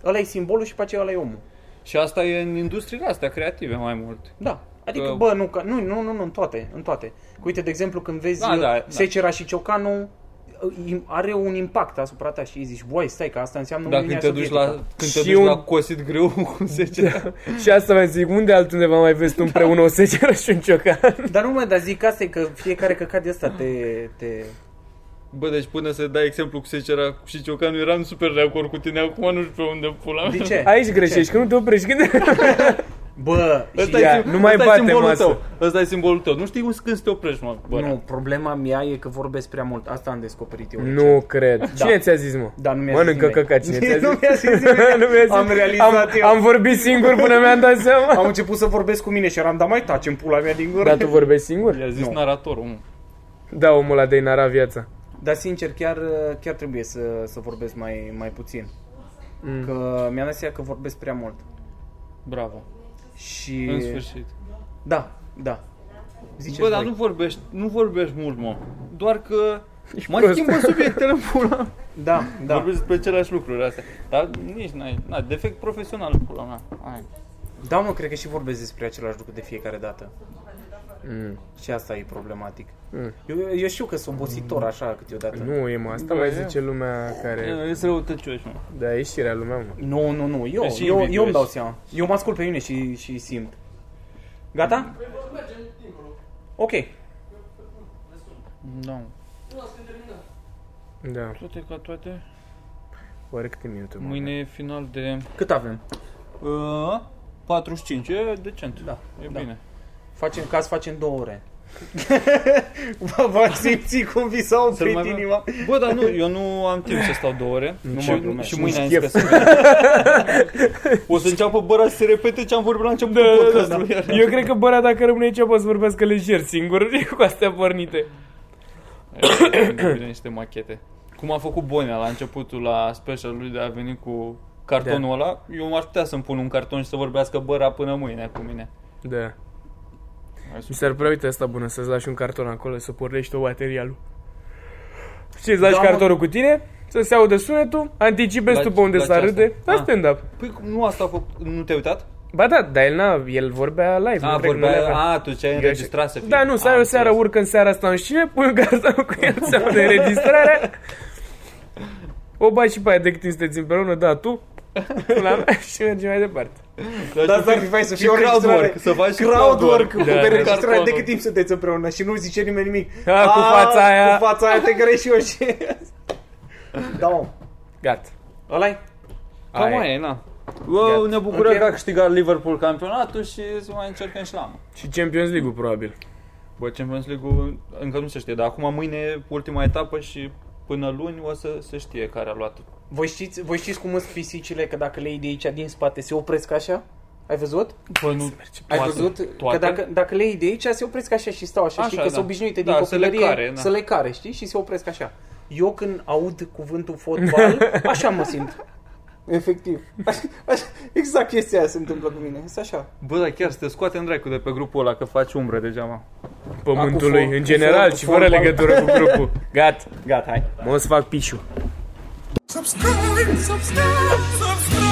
Ăla e simbolul și pe aceea ăla e omul. Și asta e în industriile astea creative mai mult. Da. Adică, Că- bă, nu, ca, nu, nu, nu, nu, în toate, în toate. Că Uite, de exemplu, când vezi Da, da, da, da, da. secera și ciocanul, im- are un impact asupra ta și zici, boi, stai că asta înseamnă Dacă Uniunea când te duci la, Sovietică." când te Și duci un- Da. la cosit greu, cum se zice, și asta vă zic, unde altundeva mai Da. vezi tu împreună o seceră și un ciocan? Dar nu mă, dar zic asta e că fiecare căcat de asta te... te... Bă, deci până să dai exemplu cu secera și ciocanul, eram super de acord cu tine, acum nu știu pe unde pula De mea. ce? Aici greșești, că nu te oprești. Când... Bă, și Ăsta Ia, e, sim- nu mai ăsta e bate simbolul masă. tău. Ăsta e simbolul tău. Nu știi cum- când să te oprești, mă. Bă, nu, problema mea e că vorbesc prea mult. Asta am descoperit eu. nu cred. Cine ți-a zis, mă? Da, nu mi-a zis Mănâncă nimeni. căcat, cine ți-a Nu zis? mi-a zis nimeni. Nu mi-a zis. Am realizat am, eu. Am vorbit singur până mi-am dat seama. Am început să vorbesc cu mine și eram, dar mai taci în pula mea din gură. Dar Da, tu vorbești singur? I-a zis Nu. naratorul, mă. Da, omul ăla de inara viața. Dar sincer, chiar, chiar trebuie să, să vorbesc mai, mai puțin. Mm. Că mi-am dat seama că vorbesc prea mult. Bravo. Și... În sfârșit. Da, da. Ziceți Bă, dar voi. nu vorbești, nu vorbești mult, mă. Doar că mai prost. schimbă subiectele în pula. mea. Da, Da. da. Vorbesc despre aceleași lucruri astea. Dar nici n-ai, na, defect profesional, pula mea. Ai. Da, mă, cred că și vorbesc despre același lucru de fiecare dată. Mm. Și asta e problematic. Mm. Eu, eu știu că sunt obositor așa câteodată. Nu e, mă, asta Bă, mai e. zice lumea care... Ești răutăcioși, mă. Da, e și rea lumea, mă. Nu, nu, nu. Eu, E eu, și eu invidioși. îmi dau seama. Eu mă ascult pe mine și, și simt. Gata? Ok. Da, mă. Da, Toate ca toate. oare câte minute, mă? Mâine e final de... Cât avem? Uh, 45, e decent. Da, E da. bine. Facem, ca să facem două ore. Vă vă simți cum vi s-a Să-l oprit mai bem? inima? Bă, dar nu, eu nu am timp să stau două ore. Nu Nici mă eu. glumesc. Și Nici mâine am chef. zis că să- O să înceapă băra să se repete ce am vorbit la începutul Da, da, da, podcastului. da. Eu cred că bărea dacă rămâne aici poate să vorbească lejer singur cu astea pornite. Bine, bine, niște machete. Cum a făcut Bonea la începutul la specialului de a veni cu cartonul ăla, eu m-aș putea să-mi pun un carton și să vorbească băra până mâine cu mine. Da. Hai să- Mi s-ar prea uite asta bună, să-ți lași un carton acolo, să pornești o bateria lui. Și îți lași Da, da, mă. cartonul cu tine, să se audă sunetul, anticipezi La- tu pe unde la să ce râde, asta? la Ah. stand-up. Păi cum- nu asta a făcut, nu te-ai uitat? Ba da, dar el, n-a, el vorbea live. A, nu cred că nu le vorbea, avea. a, tu ce ai înregistrat să fie. Da, nu, să A, ai o am seară, înțeles. urcă în seara asta în șine, pui un carton cu el, se aude înregistrarea. O bai și pe aia de cât timp sunteți împreună, da, tu, la mea și mergem mai departe. Dar să asta ar fii- fi fain să și fie o crowdwork, înregistrare. să faci și Crowdwork cu Da, pe da. înregistrare de Cartonul. cât timp sunteți împreună și nu zice nimeni nimic. A, cu fața aia. Cu fața aia te greși eu și... Da, mă. Gata. Ăla-i? Cam Aia e. aia e, na. Wow, Gata. ne bucurăm Ok. că a câștigat Liverpool campionatul și să mai încercăm și la mă. Și Champions League-ul, probabil. Bă, Champions League-ul încă nu se știe, dar acum mâine e ultima etapă și până luni o să se știe care a luat. Voi știți, voi știți cum sunt pisicile, că dacă le iei de aici din spate se opresc așa? Ai văzut? Bă, nu, Ai toate- văzut? toate? Că dacă, dacă le iei de aici, se opresc așa și stau așa, Așa, așa știi? Că da. sunt obișnuite Da, din să le copilărie care, da. să le care, știi? Și se opresc așa. Eu când aud cuvântul fotbal, așa mă simt. Efectiv. Așa- așa- Exact chestia aia se întâmplă cu mine. Este așa. Bă, dar chiar să te scoate în dracu de pe grupul ăla, că faci umbră degeaba. Pământului, Acum, în cu general, for- și fără formal. legătură cu grupul. Gata. Gata, hai. Mă o să fac pișu. subscribe, subscribe, subscribe.